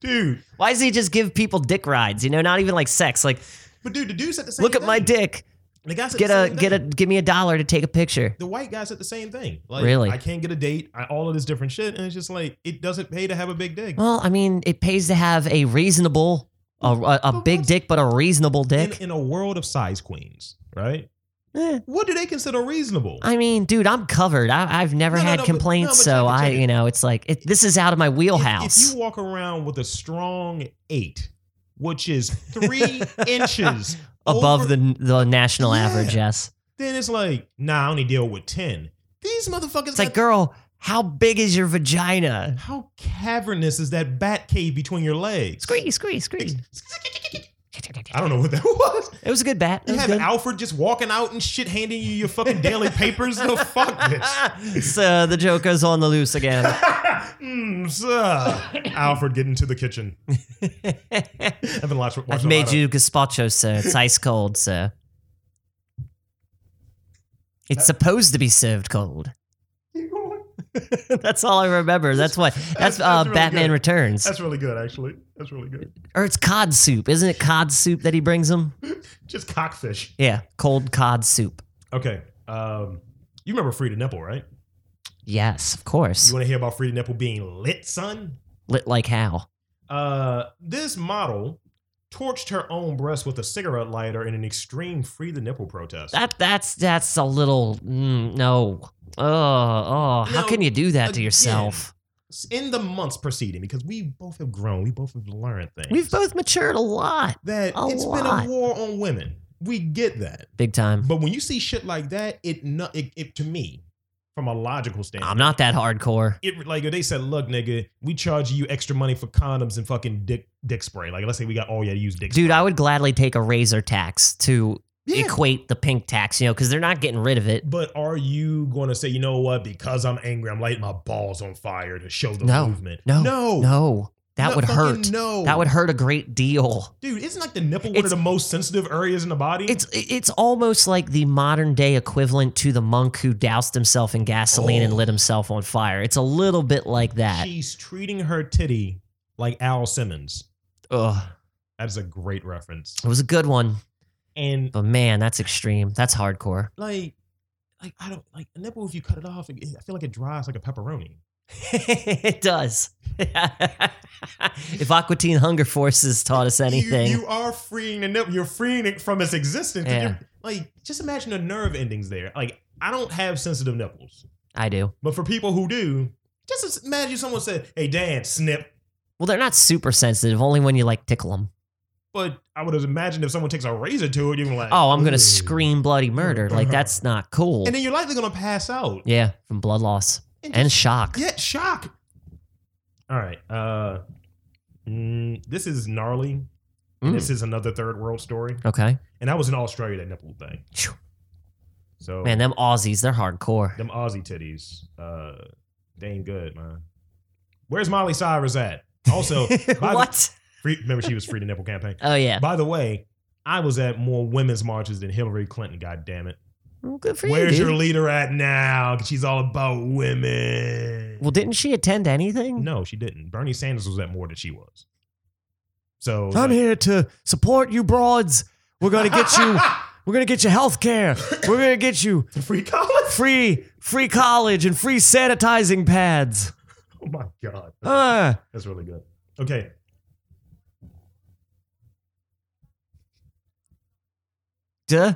Speaker 1: dude.
Speaker 2: Why does he just give people dick rides? You know, not even like sex. Like,
Speaker 1: But dude, the dude said the same.
Speaker 2: look at
Speaker 1: thing.
Speaker 2: my dick.
Speaker 1: The guy said
Speaker 2: Get
Speaker 1: the
Speaker 2: a
Speaker 1: same
Speaker 2: get a
Speaker 1: thing.
Speaker 2: give me a dollar to take a picture.
Speaker 1: the white guy said the same thing. Like,
Speaker 2: Really?
Speaker 1: I can't get a date. I, all of this different shit, and it's just like it doesn't pay to have a big dick.
Speaker 2: Well, I mean, it pays to have a reasonable, a, a, a
Speaker 1: But
Speaker 2: big
Speaker 1: what's-
Speaker 2: dick, but a reasonable
Speaker 1: in,
Speaker 2: dick.
Speaker 1: in a world of size queens, right?
Speaker 2: Eh,
Speaker 1: What do they consider reasonable?
Speaker 2: I mean, dude, I'm covered. I, I've never
Speaker 1: No, no,
Speaker 2: had
Speaker 1: no, but-
Speaker 2: complaints,
Speaker 1: no, but
Speaker 2: so
Speaker 1: check it,
Speaker 2: I,
Speaker 1: check it.
Speaker 2: you know, it's like it, this is out of my
Speaker 1: If-
Speaker 2: wheelhouse.
Speaker 1: If, you walk around with a strong eight, which is three inches
Speaker 2: above
Speaker 1: over-
Speaker 2: the the national
Speaker 1: Yeah.
Speaker 2: average, yes.
Speaker 1: then it's like, nah, I only deal with ten. These motherfuckers.
Speaker 2: It's like,
Speaker 1: got-
Speaker 2: girl, how big is your vagina?
Speaker 1: how cavernous is that bat cave between your legs?
Speaker 2: Squeak, squeak, squeak.
Speaker 1: I don't know what that was.
Speaker 2: It was a good bat. It
Speaker 1: You
Speaker 2: was
Speaker 1: have
Speaker 2: good.
Speaker 1: Alfred just walking out and shit, handing you your fucking daily papers. The fuck this.
Speaker 2: Ah, so the Joker's on the loose again.
Speaker 1: Mm, sir. Alfred, get into the kitchen. I've been watching.
Speaker 2: I've made you gazpacho, sir. It's ice cold, sir. It's supposed to be served cold. That's all I remember. That's what. That's,
Speaker 1: That's-
Speaker 2: uh,
Speaker 1: that's really
Speaker 2: Batman
Speaker 1: good.
Speaker 2: Returns.
Speaker 1: That's really good, actually. That's really good.
Speaker 2: or it's cod soup, isn't it? Cod soup that he brings him.
Speaker 1: Just cockfish.
Speaker 2: Yeah, cold cod soup.
Speaker 1: Okay. Um, you remember Frida Nipple, right?
Speaker 2: Yes, of
Speaker 1: You
Speaker 2: course.
Speaker 1: want to hear about Frida Nipple being lit, son?
Speaker 2: Lit like how?
Speaker 1: Uh, this model torched her own breast with a cigarette lighter in an extreme Frida Nipple protest.
Speaker 2: That that's that's a little mm, no. Oh, oh, how
Speaker 1: No,
Speaker 2: can you do that to
Speaker 1: again.
Speaker 2: yourself?
Speaker 1: in the months preceding, because we both have grown, we both have learned things.
Speaker 2: We've both matured a lot,
Speaker 1: that
Speaker 2: a
Speaker 1: it's
Speaker 2: lot.
Speaker 1: been a war on women. We get that.
Speaker 2: big time.
Speaker 1: But when you see shit like that, it, no, it, it to me, from a logical standpoint,
Speaker 2: I'm not that hardcore.
Speaker 1: it like they said, look, nigga, we charge you extra money for condoms and fucking dick dick spray. Like let's say we got all you to use dick
Speaker 2: Dude,
Speaker 1: spray.
Speaker 2: I would gladly take a razor tax to
Speaker 1: Yeah.
Speaker 2: equate the pink tax, you know, because they're not getting rid of it.
Speaker 1: But are you going to say, you know what? Because I'm angry, I'm lighting my balls on fire to show the
Speaker 2: No.
Speaker 1: movement.
Speaker 2: No.
Speaker 1: no,
Speaker 2: No, that
Speaker 1: No,
Speaker 2: would
Speaker 1: fucking
Speaker 2: hurt.
Speaker 1: No,
Speaker 2: That would hurt a great deal.
Speaker 1: dude. Isn't like the nipple one
Speaker 2: It's-
Speaker 1: of the most sensitive areas in the body?
Speaker 2: It's it's almost like the modern day equivalent to the monk who doused himself in gasoline and
Speaker 1: Oh.
Speaker 2: lit himself on fire. It's a little bit like that.
Speaker 1: she's treating her titty like Al Simmons.
Speaker 2: Ugh,
Speaker 1: That's a great reference.
Speaker 2: it was a good one,
Speaker 1: And
Speaker 2: but man, that's extreme. That's hardcore.
Speaker 1: like, like I don't like a nipple. If you cut it off, it, I feel like it dries like a pepperoni.
Speaker 2: it does. if Aquatine Hunger Forces taught us anything,
Speaker 1: You, you are freeing the nip. You're freeing it from its existence.
Speaker 2: Yeah.
Speaker 1: You're- Like, just imagine the nerve endings there. Like, I don't have sensitive nipples,
Speaker 2: I do.
Speaker 1: but for people who do, just imagine someone said, "Hey, Dan, snip."
Speaker 2: Well, they're not super sensitive, only when you like tickle them.
Speaker 1: But I would have imagined if someone takes a razor to it, you're gonna like,
Speaker 2: Oh, I'm going
Speaker 1: "Ooh." Uh-huh.
Speaker 2: to scream bloody murder. Like, that's not cool.
Speaker 1: and then you're likely gonna pass out.
Speaker 2: yeah, from blood loss
Speaker 1: And
Speaker 2: and shock.
Speaker 1: Yeah, shock. All right. Uh, mm, this is gnarly.
Speaker 2: Mm.
Speaker 1: This is another third world story,
Speaker 2: Okay.
Speaker 1: and that was in Australia that nipple thing.
Speaker 2: Phew.
Speaker 1: So
Speaker 2: Man, them Aussies, they're hardcore.
Speaker 1: Them Aussie titties, uh, they ain't good, man. Where's Molly Cyrus at? Also, by The,
Speaker 2: what?
Speaker 1: free, remember she was free to nipple campaign.
Speaker 2: Oh, yeah.
Speaker 1: By the way, I was at more women's marches than Hillary Clinton. God damn it!
Speaker 2: Well, good for
Speaker 1: Where's
Speaker 2: you.
Speaker 1: your
Speaker 2: dude.
Speaker 1: leader at now? 'Cause She's all about women.
Speaker 2: well, didn't she attend anything?
Speaker 1: no, she didn't. Bernie Sanders was at more than she was. So
Speaker 2: I'm here to support you broads. We're gonna get you we're gonna get you health care. We're gonna get you
Speaker 1: free college.
Speaker 2: free free college and free sanitizing pads.
Speaker 1: Oh my god,
Speaker 2: Uh,
Speaker 1: that's really good. Okay,
Speaker 2: duh.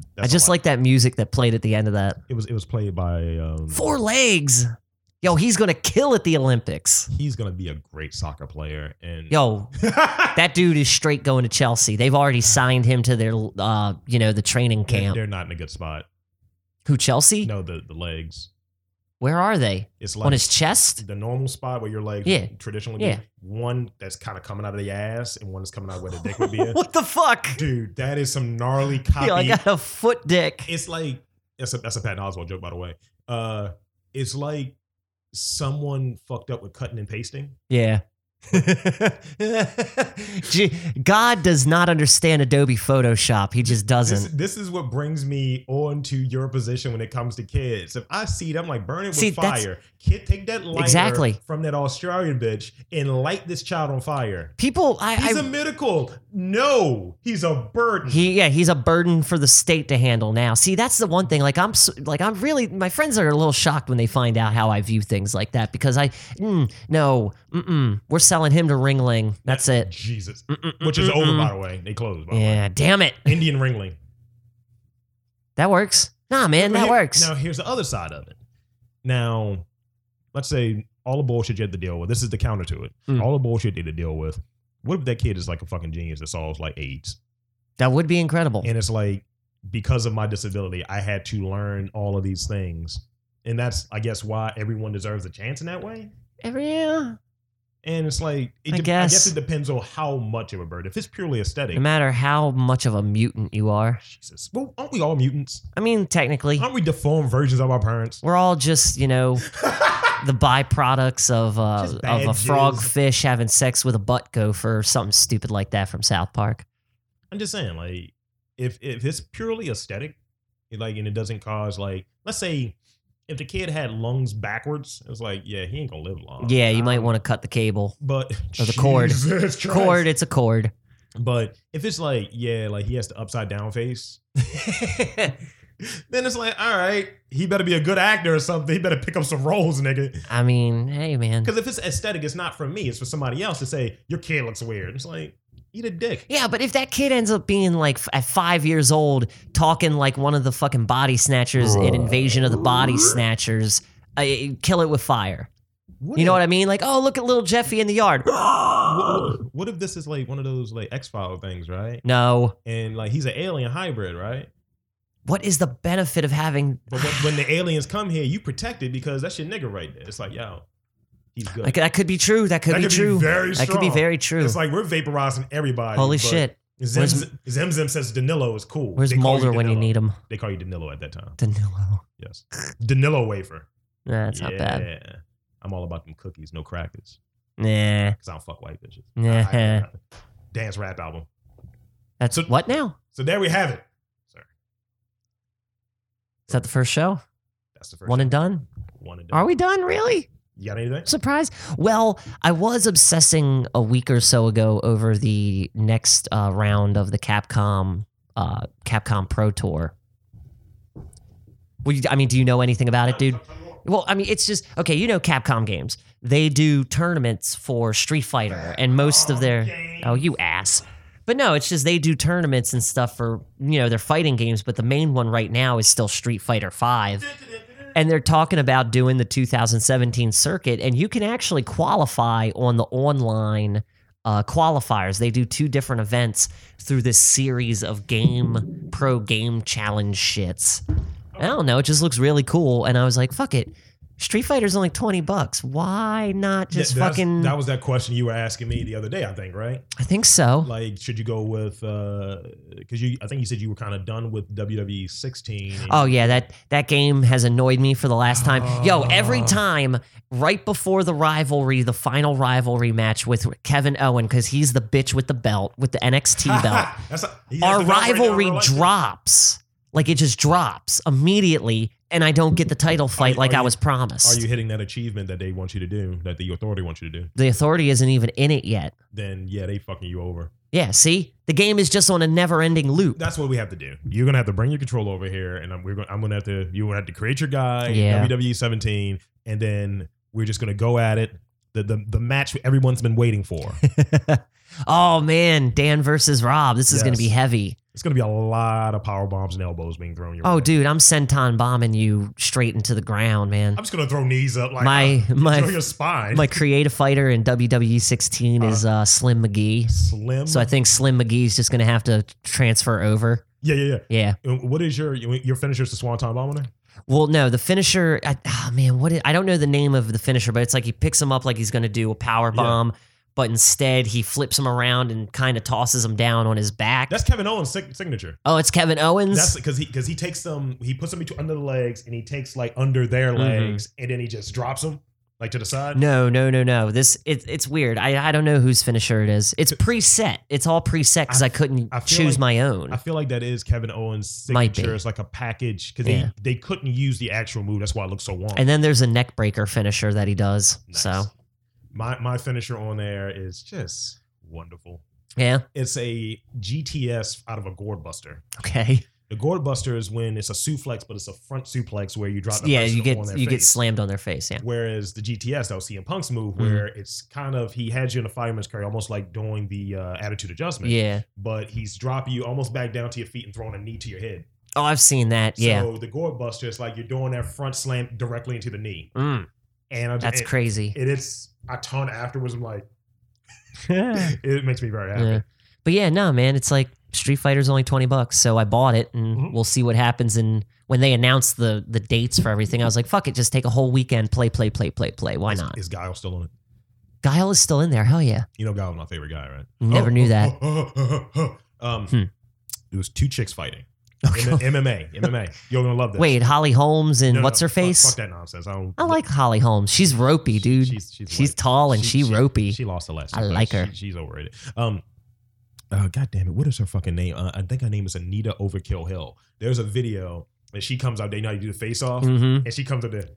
Speaker 2: I
Speaker 1: that's
Speaker 2: just
Speaker 1: a lot.
Speaker 2: like that music that played at the end of that.
Speaker 1: it was. It was played by um,
Speaker 2: Four legs. Yo, he's gonna kill at the Olympics.
Speaker 1: He's gonna be a great soccer player, and
Speaker 2: Yo, that dude is straight going to Chelsea. They've already signed him to their uh, you know, the training
Speaker 1: They're-
Speaker 2: camp.
Speaker 1: They're not in a good spot.
Speaker 2: Who Chelsea?
Speaker 1: No, the, the legs.
Speaker 2: Where are they?
Speaker 1: It's
Speaker 2: On
Speaker 1: like
Speaker 2: his chest?
Speaker 1: the normal spot where your legs
Speaker 2: Yeah.
Speaker 1: traditionally
Speaker 2: Yeah.
Speaker 1: be. One that's kind of coming out of the ass, and one that's coming out where the dick would be.
Speaker 2: what "Ah." the fuck?
Speaker 1: Dude, that is some gnarly copy.
Speaker 2: Yo, I got a foot dick.
Speaker 1: it's like that's a that's a Patton Oswald joke, by the way. Uh, it's like someone fucked up with cutting and pasting.
Speaker 2: Yeah. Gee, God does not understand Adobe Photoshop. He just
Speaker 1: This,
Speaker 2: doesn't.
Speaker 1: this is what brings me on to your position when it comes to kids. If I see them like burn it with
Speaker 2: See, that's-
Speaker 1: fire, kid, take that lighter
Speaker 2: Exactly.
Speaker 1: from that Australian bitch and light this child on fire.
Speaker 2: People, I,
Speaker 1: He's
Speaker 2: I
Speaker 1: a miracle. No, he's a burden.
Speaker 2: he yeah, he's a burden for the state to handle now. See, that's the one thing. Like I'm s- like I'm really my friends are a little shocked when they find out how I view things like that because I mm, no, mm-mm, we're selling him to Ringling. That's it.
Speaker 1: Jesus.
Speaker 2: Mm-mm,
Speaker 1: Which is
Speaker 2: mm-mm,
Speaker 1: over, by
Speaker 2: mm.
Speaker 1: the way. They closed, by the way.
Speaker 2: Yeah, damn it.
Speaker 1: Indian Ringling.
Speaker 2: That works. Nah, man, that
Speaker 1: Here-
Speaker 2: works.
Speaker 1: Now, here's the other side of it. Now, let's say all the bullshit you had to deal with. This is the counter to it.
Speaker 2: Mm.
Speaker 1: All the bullshit they had to deal with. What if that kid is like a fucking genius that solves like AIDS?
Speaker 2: That would be incredible.
Speaker 1: And it's like, because of my disability, I had to learn all of these things. And that's, I guess, why everyone deserves a chance in that way.
Speaker 2: Every- yeah.
Speaker 1: And it's like, it
Speaker 2: I
Speaker 1: de- I guess
Speaker 2: guess.
Speaker 1: it depends on how much of a burden. If it's purely aesthetic,
Speaker 2: No matter how much of a mutant you are.
Speaker 1: Jesus. Well, aren't we all mutants?
Speaker 2: I mean, technically,
Speaker 1: Aren't we deformed versions of our parents?
Speaker 2: we're all just, you know, the byproducts of
Speaker 1: Just
Speaker 2: uh, of a
Speaker 1: badges.
Speaker 2: frog fish having sex with a butt gopher or something stupid like that from South Park.
Speaker 1: I'm just saying, like, if if it's purely aesthetic, it, like, and it doesn't cause like, let's say, if the kid had lungs backwards, it's like, yeah, he ain't gonna live long.
Speaker 2: yeah, you might want to cut the cable.
Speaker 1: But
Speaker 2: Or the cord.
Speaker 1: Jesus Christ.
Speaker 2: Cord, it's a cord.
Speaker 1: But if it's like, yeah, like he has the upside down face, then it's like, all right, he better be a good actor or something. He better pick up some roles, nigga.
Speaker 2: I mean, hey man.
Speaker 1: Because if it's aesthetic, it's not for me. It's for somebody else to say your kid looks weird. It's like eat a dick.
Speaker 2: Yeah, but if that kid ends up being like f- at five years old, talking like one of the fucking body snatchers in Invasion of the Body Snatchers, I, kill it with fire. You know what I mean? Like, oh, look at little Jeffy in the yard.
Speaker 1: What, what- what if this is like one of those like X File things, right?
Speaker 2: No.
Speaker 1: And like he's an alien hybrid, right?
Speaker 2: What is the benefit of having?
Speaker 1: But when, when the aliens come here, you protect it because that's your nigga right there. It's like yo, he's good.
Speaker 2: Like, that could be true. That could
Speaker 1: That
Speaker 2: be
Speaker 1: could be
Speaker 2: true.
Speaker 1: very
Speaker 2: that could be
Speaker 1: strong.
Speaker 2: very true.
Speaker 1: It's like we're vaporizing everybody.
Speaker 2: Holy
Speaker 1: but
Speaker 2: shit.
Speaker 1: Zim,
Speaker 2: Where's-
Speaker 1: Zim Zim says Danilo is cool.
Speaker 2: Where's
Speaker 1: They call
Speaker 2: Mulder when you
Speaker 1: Danilo.
Speaker 2: need him?
Speaker 1: They call you Danilo at that time.
Speaker 2: Danilo.
Speaker 1: Yes, Danilo wafer.
Speaker 2: Nah, that's not bad.
Speaker 1: Yeah. I'm all about them cookies, no crackers,
Speaker 2: Nah.
Speaker 1: because I don't fuck white bitches.
Speaker 2: Yeah.
Speaker 1: I- I- dance rap album.
Speaker 2: That's
Speaker 1: So-
Speaker 2: what now?
Speaker 1: So there we have it.
Speaker 2: Is that the first show?
Speaker 1: That's the first
Speaker 2: One and done?
Speaker 1: one and done.
Speaker 2: Are we done? Really?
Speaker 1: You got anything?
Speaker 2: Surprise. Well, I was obsessing a week or so ago over the next uh, round of the Capcom uh, Capcom Pro Tour. Well, you- I mean, do you know anything about it, dude? Well, I mean, it's just okay. You know, Capcom games. They do tournaments for Street Fighter, and most of their oh, you ass. But no, it's just they do tournaments and stuff for you know their fighting games. But the main one right now is still Street Fighter Five and they're talking about doing the 2017 circuit and you can actually qualify on the online uh, qualifiers they do two different events through this series of game pro game challenge shits i don't know it just looks really cool and i was like fuck it street fighter's only 20 bucks why not just
Speaker 1: That's-
Speaker 2: fucking
Speaker 1: That was that question you were asking me the other day, I think, right?
Speaker 2: i think so
Speaker 1: Like, should you go with? Because you, I think you said you were kind of done with WWE 16. and-
Speaker 2: Oh yeah, that that game has annoyed me for the last time. Yo, every
Speaker 1: Oh.
Speaker 2: time right before the rivalry, the final rivalry match with Kevin Owen cuz he's the bitch with the belt, with the NXT belt.
Speaker 1: That's a, he has
Speaker 2: Our
Speaker 1: the belt right now in
Speaker 2: rivalry
Speaker 1: real life.
Speaker 2: drops. Like it just drops immediately and I don't get the title fight
Speaker 1: you-
Speaker 2: like
Speaker 1: are
Speaker 2: I
Speaker 1: you-
Speaker 2: was
Speaker 1: Are
Speaker 2: promised.
Speaker 1: you hitting that achievement that they want you to do, that the authority wants you to do?
Speaker 2: the authority isn't even in it yet.
Speaker 1: Then yeah, they fucking you over.
Speaker 2: Yeah, see? The game is just on a never-ending loop.
Speaker 1: That's what we have to do. You're gonna have to bring your control over here, and I'm, we're gonna, I'm gonna have to. You're gonna have to create your guy,
Speaker 2: Yeah.
Speaker 1: WWE 17, E and then we're just gonna go at it. The the, the match everyone's been waiting for.
Speaker 2: oh man, Dan versus Rob. This is going to be
Speaker 1: Yes.
Speaker 2: heavy.
Speaker 1: it's gonna be a lot of power bombs and elbows being thrown your
Speaker 2: Oh,
Speaker 1: way.
Speaker 2: dude, I'm senton bombing you straight into the ground, man.
Speaker 1: I'm just gonna throw knees up like
Speaker 2: my
Speaker 1: uh, throw
Speaker 2: my
Speaker 1: your spine.
Speaker 2: my creative fighter in WWE 16 is
Speaker 1: Uh-huh.
Speaker 2: uh, Slim McGee.
Speaker 1: slim.
Speaker 2: So I think Slim McGee's just gonna have to transfer over.
Speaker 1: yeah, yeah,
Speaker 2: Yeah.
Speaker 1: yeah. And What is your your finisher's the Swanton bomb on there?
Speaker 2: Well, no, the finisher. I, oh man, what? Is, I don't know the name of the finisher, but it's like he picks him up like he's gonna do a power
Speaker 1: Yeah.
Speaker 2: bomb, but instead he flips him around and kind of tosses him down on his back.
Speaker 1: That's Kevin Owens' sig- signature.
Speaker 2: oh, it's Kevin Owens.
Speaker 1: That's because he because he takes them he puts them between under the legs and he takes like under their
Speaker 2: Mhm.
Speaker 1: legs and then he just drops them like to the side.
Speaker 2: no, no, no, no. This it, it's weird. I, I don't know whose finisher it is. It's preset. It's all preset because I,
Speaker 1: I-
Speaker 2: couldn't
Speaker 1: I feel like-
Speaker 2: choose my own.
Speaker 1: I feel like that is Kevin Owens'
Speaker 2: Might be.
Speaker 1: signature. It's like a package because
Speaker 2: Yeah.
Speaker 1: they, they couldn't use the actual move. That's why it looks so long.
Speaker 2: And then there's a neck breaker finisher that he does.
Speaker 1: Nice.
Speaker 2: So
Speaker 1: my my finisher on there is just wonderful.
Speaker 2: yeah,
Speaker 1: It's a GTS out of a gourd buster.
Speaker 2: okay,
Speaker 1: The gourd buster is when it's a suplex, but it's a front suplex where you drop. The
Speaker 2: yeah,
Speaker 1: person
Speaker 2: you get
Speaker 1: on their
Speaker 2: you get
Speaker 1: face.
Speaker 2: slammed on their face. Yeah,
Speaker 1: Whereas the GTS, that was CM Punk's move,
Speaker 2: Mm-hmm.
Speaker 1: where it's kind of he had you in a fireman's carry, almost like doing the uh, attitude adjustment.
Speaker 2: yeah.
Speaker 1: But he's dropping you almost back down to your feet and throwing a knee to your head.
Speaker 2: Oh, I've seen that. Yeah,
Speaker 1: So the gourd buster is like you're doing that front slam directly into the knee.
Speaker 2: Mm,
Speaker 1: And I,
Speaker 2: that's
Speaker 1: it,
Speaker 2: crazy.
Speaker 1: It is a ton afterwards. I'm like,
Speaker 2: yeah.
Speaker 1: it makes me very happy.
Speaker 2: But yeah, no, man, it's like Street Fighter's only twenty bucks, so I bought it, and
Speaker 1: Mhm.
Speaker 2: we'll see what happens. And when they announced the the dates for everything, I was like, fuck it, just take a whole weekend, play, play, play, play, play. Why
Speaker 1: Is-
Speaker 2: not?
Speaker 1: Is Guile still on it?
Speaker 2: Guile is still in there. Hell yeah,
Speaker 1: You know, Guile's my favorite guy, right?
Speaker 2: never
Speaker 1: oh,
Speaker 2: knew that.
Speaker 1: um,
Speaker 2: Hmm.
Speaker 1: It was two chicks fighting. M- MMA, MMA. You're gonna love this.
Speaker 2: Wait, Holly Holmes and
Speaker 1: No, no,
Speaker 2: what's her
Speaker 1: fuck-
Speaker 2: face?
Speaker 1: Fuck, that nonsense. I don't.
Speaker 2: I like Holly Holmes. She's ropey, dude. She's,
Speaker 1: She's, she's, white.
Speaker 2: tall and she, ropey.
Speaker 1: She, lost the last.
Speaker 2: I
Speaker 1: two
Speaker 2: like
Speaker 1: fights.
Speaker 2: her.
Speaker 1: She- she's overrated. Um, uh, God damn it! What is her fucking name? Uh, I think her name is Anita Overkill Hill. There's a video and she comes out. They know how you do the face off,
Speaker 2: hmm
Speaker 1: and she comes up there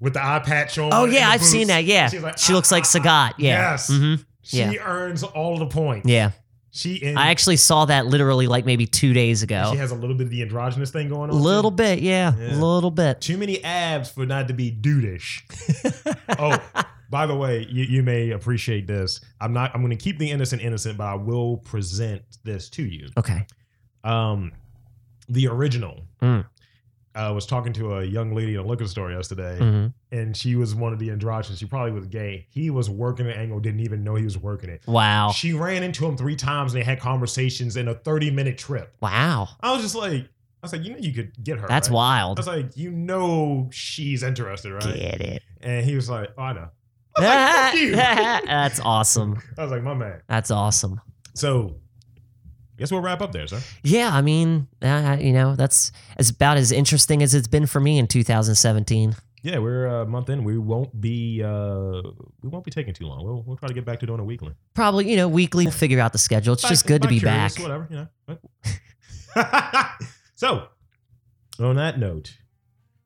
Speaker 1: with the eye patch on.
Speaker 2: Oh
Speaker 1: and
Speaker 2: yeah,
Speaker 1: the
Speaker 2: I've seen
Speaker 1: boots.
Speaker 2: that. Yeah,
Speaker 1: She's like,
Speaker 2: she looks like
Speaker 1: "Ah,
Speaker 2: Sagat. Yeah.
Speaker 1: Yes.
Speaker 2: hmm
Speaker 1: She
Speaker 2: yeah.
Speaker 1: earns all the points.
Speaker 2: Yeah.
Speaker 1: She and
Speaker 2: I actually saw that literally like maybe two days
Speaker 1: she
Speaker 2: ago.
Speaker 1: has a little bit of the androgynous thing going
Speaker 2: A
Speaker 1: on. too.
Speaker 2: little bit, yeah, a
Speaker 1: Yeah.
Speaker 2: little bit.
Speaker 1: Too many abs for not to be dudeish. oh, by the way, you, you may appreciate this. I'm not. I'm going to keep the innocent innocent, but I will present this to you.
Speaker 2: Okay.
Speaker 1: Um, the original.
Speaker 2: Mm.
Speaker 1: I was talking to a young lady in a liquor store yesterday,
Speaker 2: hmm
Speaker 1: and she was one of the androgynes. She probably was gay. He was working the angle, didn't even know he was working it.
Speaker 2: Wow.
Speaker 1: She ran into him three times, and they had conversations in a 30 minute trip.
Speaker 2: Wow.
Speaker 1: I was just like, I was like, you know, you could get her.
Speaker 2: That's
Speaker 1: right?
Speaker 2: wild.
Speaker 1: I was like, you know, she's interested, right?
Speaker 2: Get it.
Speaker 1: And he was like, oh, I know. I was like, fuck you.
Speaker 2: That's awesome.
Speaker 1: I was like, my man.
Speaker 2: That's awesome.
Speaker 1: So, guess we'll wrap up there, sir.
Speaker 2: Yeah, I mean, uh, you know, that's as about as interesting as it's been for me in 2017.
Speaker 1: Yeah, we're uh, a month in. We won't be uh we won't be taking too long. We'll, we'll try to get back to doing a weekly.
Speaker 2: Probably, you know, weekly. We'll figure out the schedule. It's just good to be
Speaker 1: curious,
Speaker 2: back.
Speaker 1: Whatever, you know. But- so, on that note,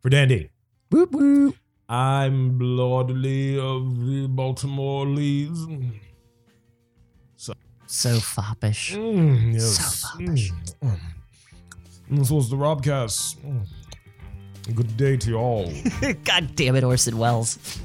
Speaker 1: for Dandy,
Speaker 2: Whoop whoop.
Speaker 1: I'm Lordly of the Baltimore Mm, Leaves.
Speaker 2: So foppish.
Speaker 1: Mm,
Speaker 2: So
Speaker 1: yes.
Speaker 2: foppish.
Speaker 1: Mm. Mm, This was the Robcast. Mm. Good day to you all.
Speaker 2: God damn it, Orson Welles.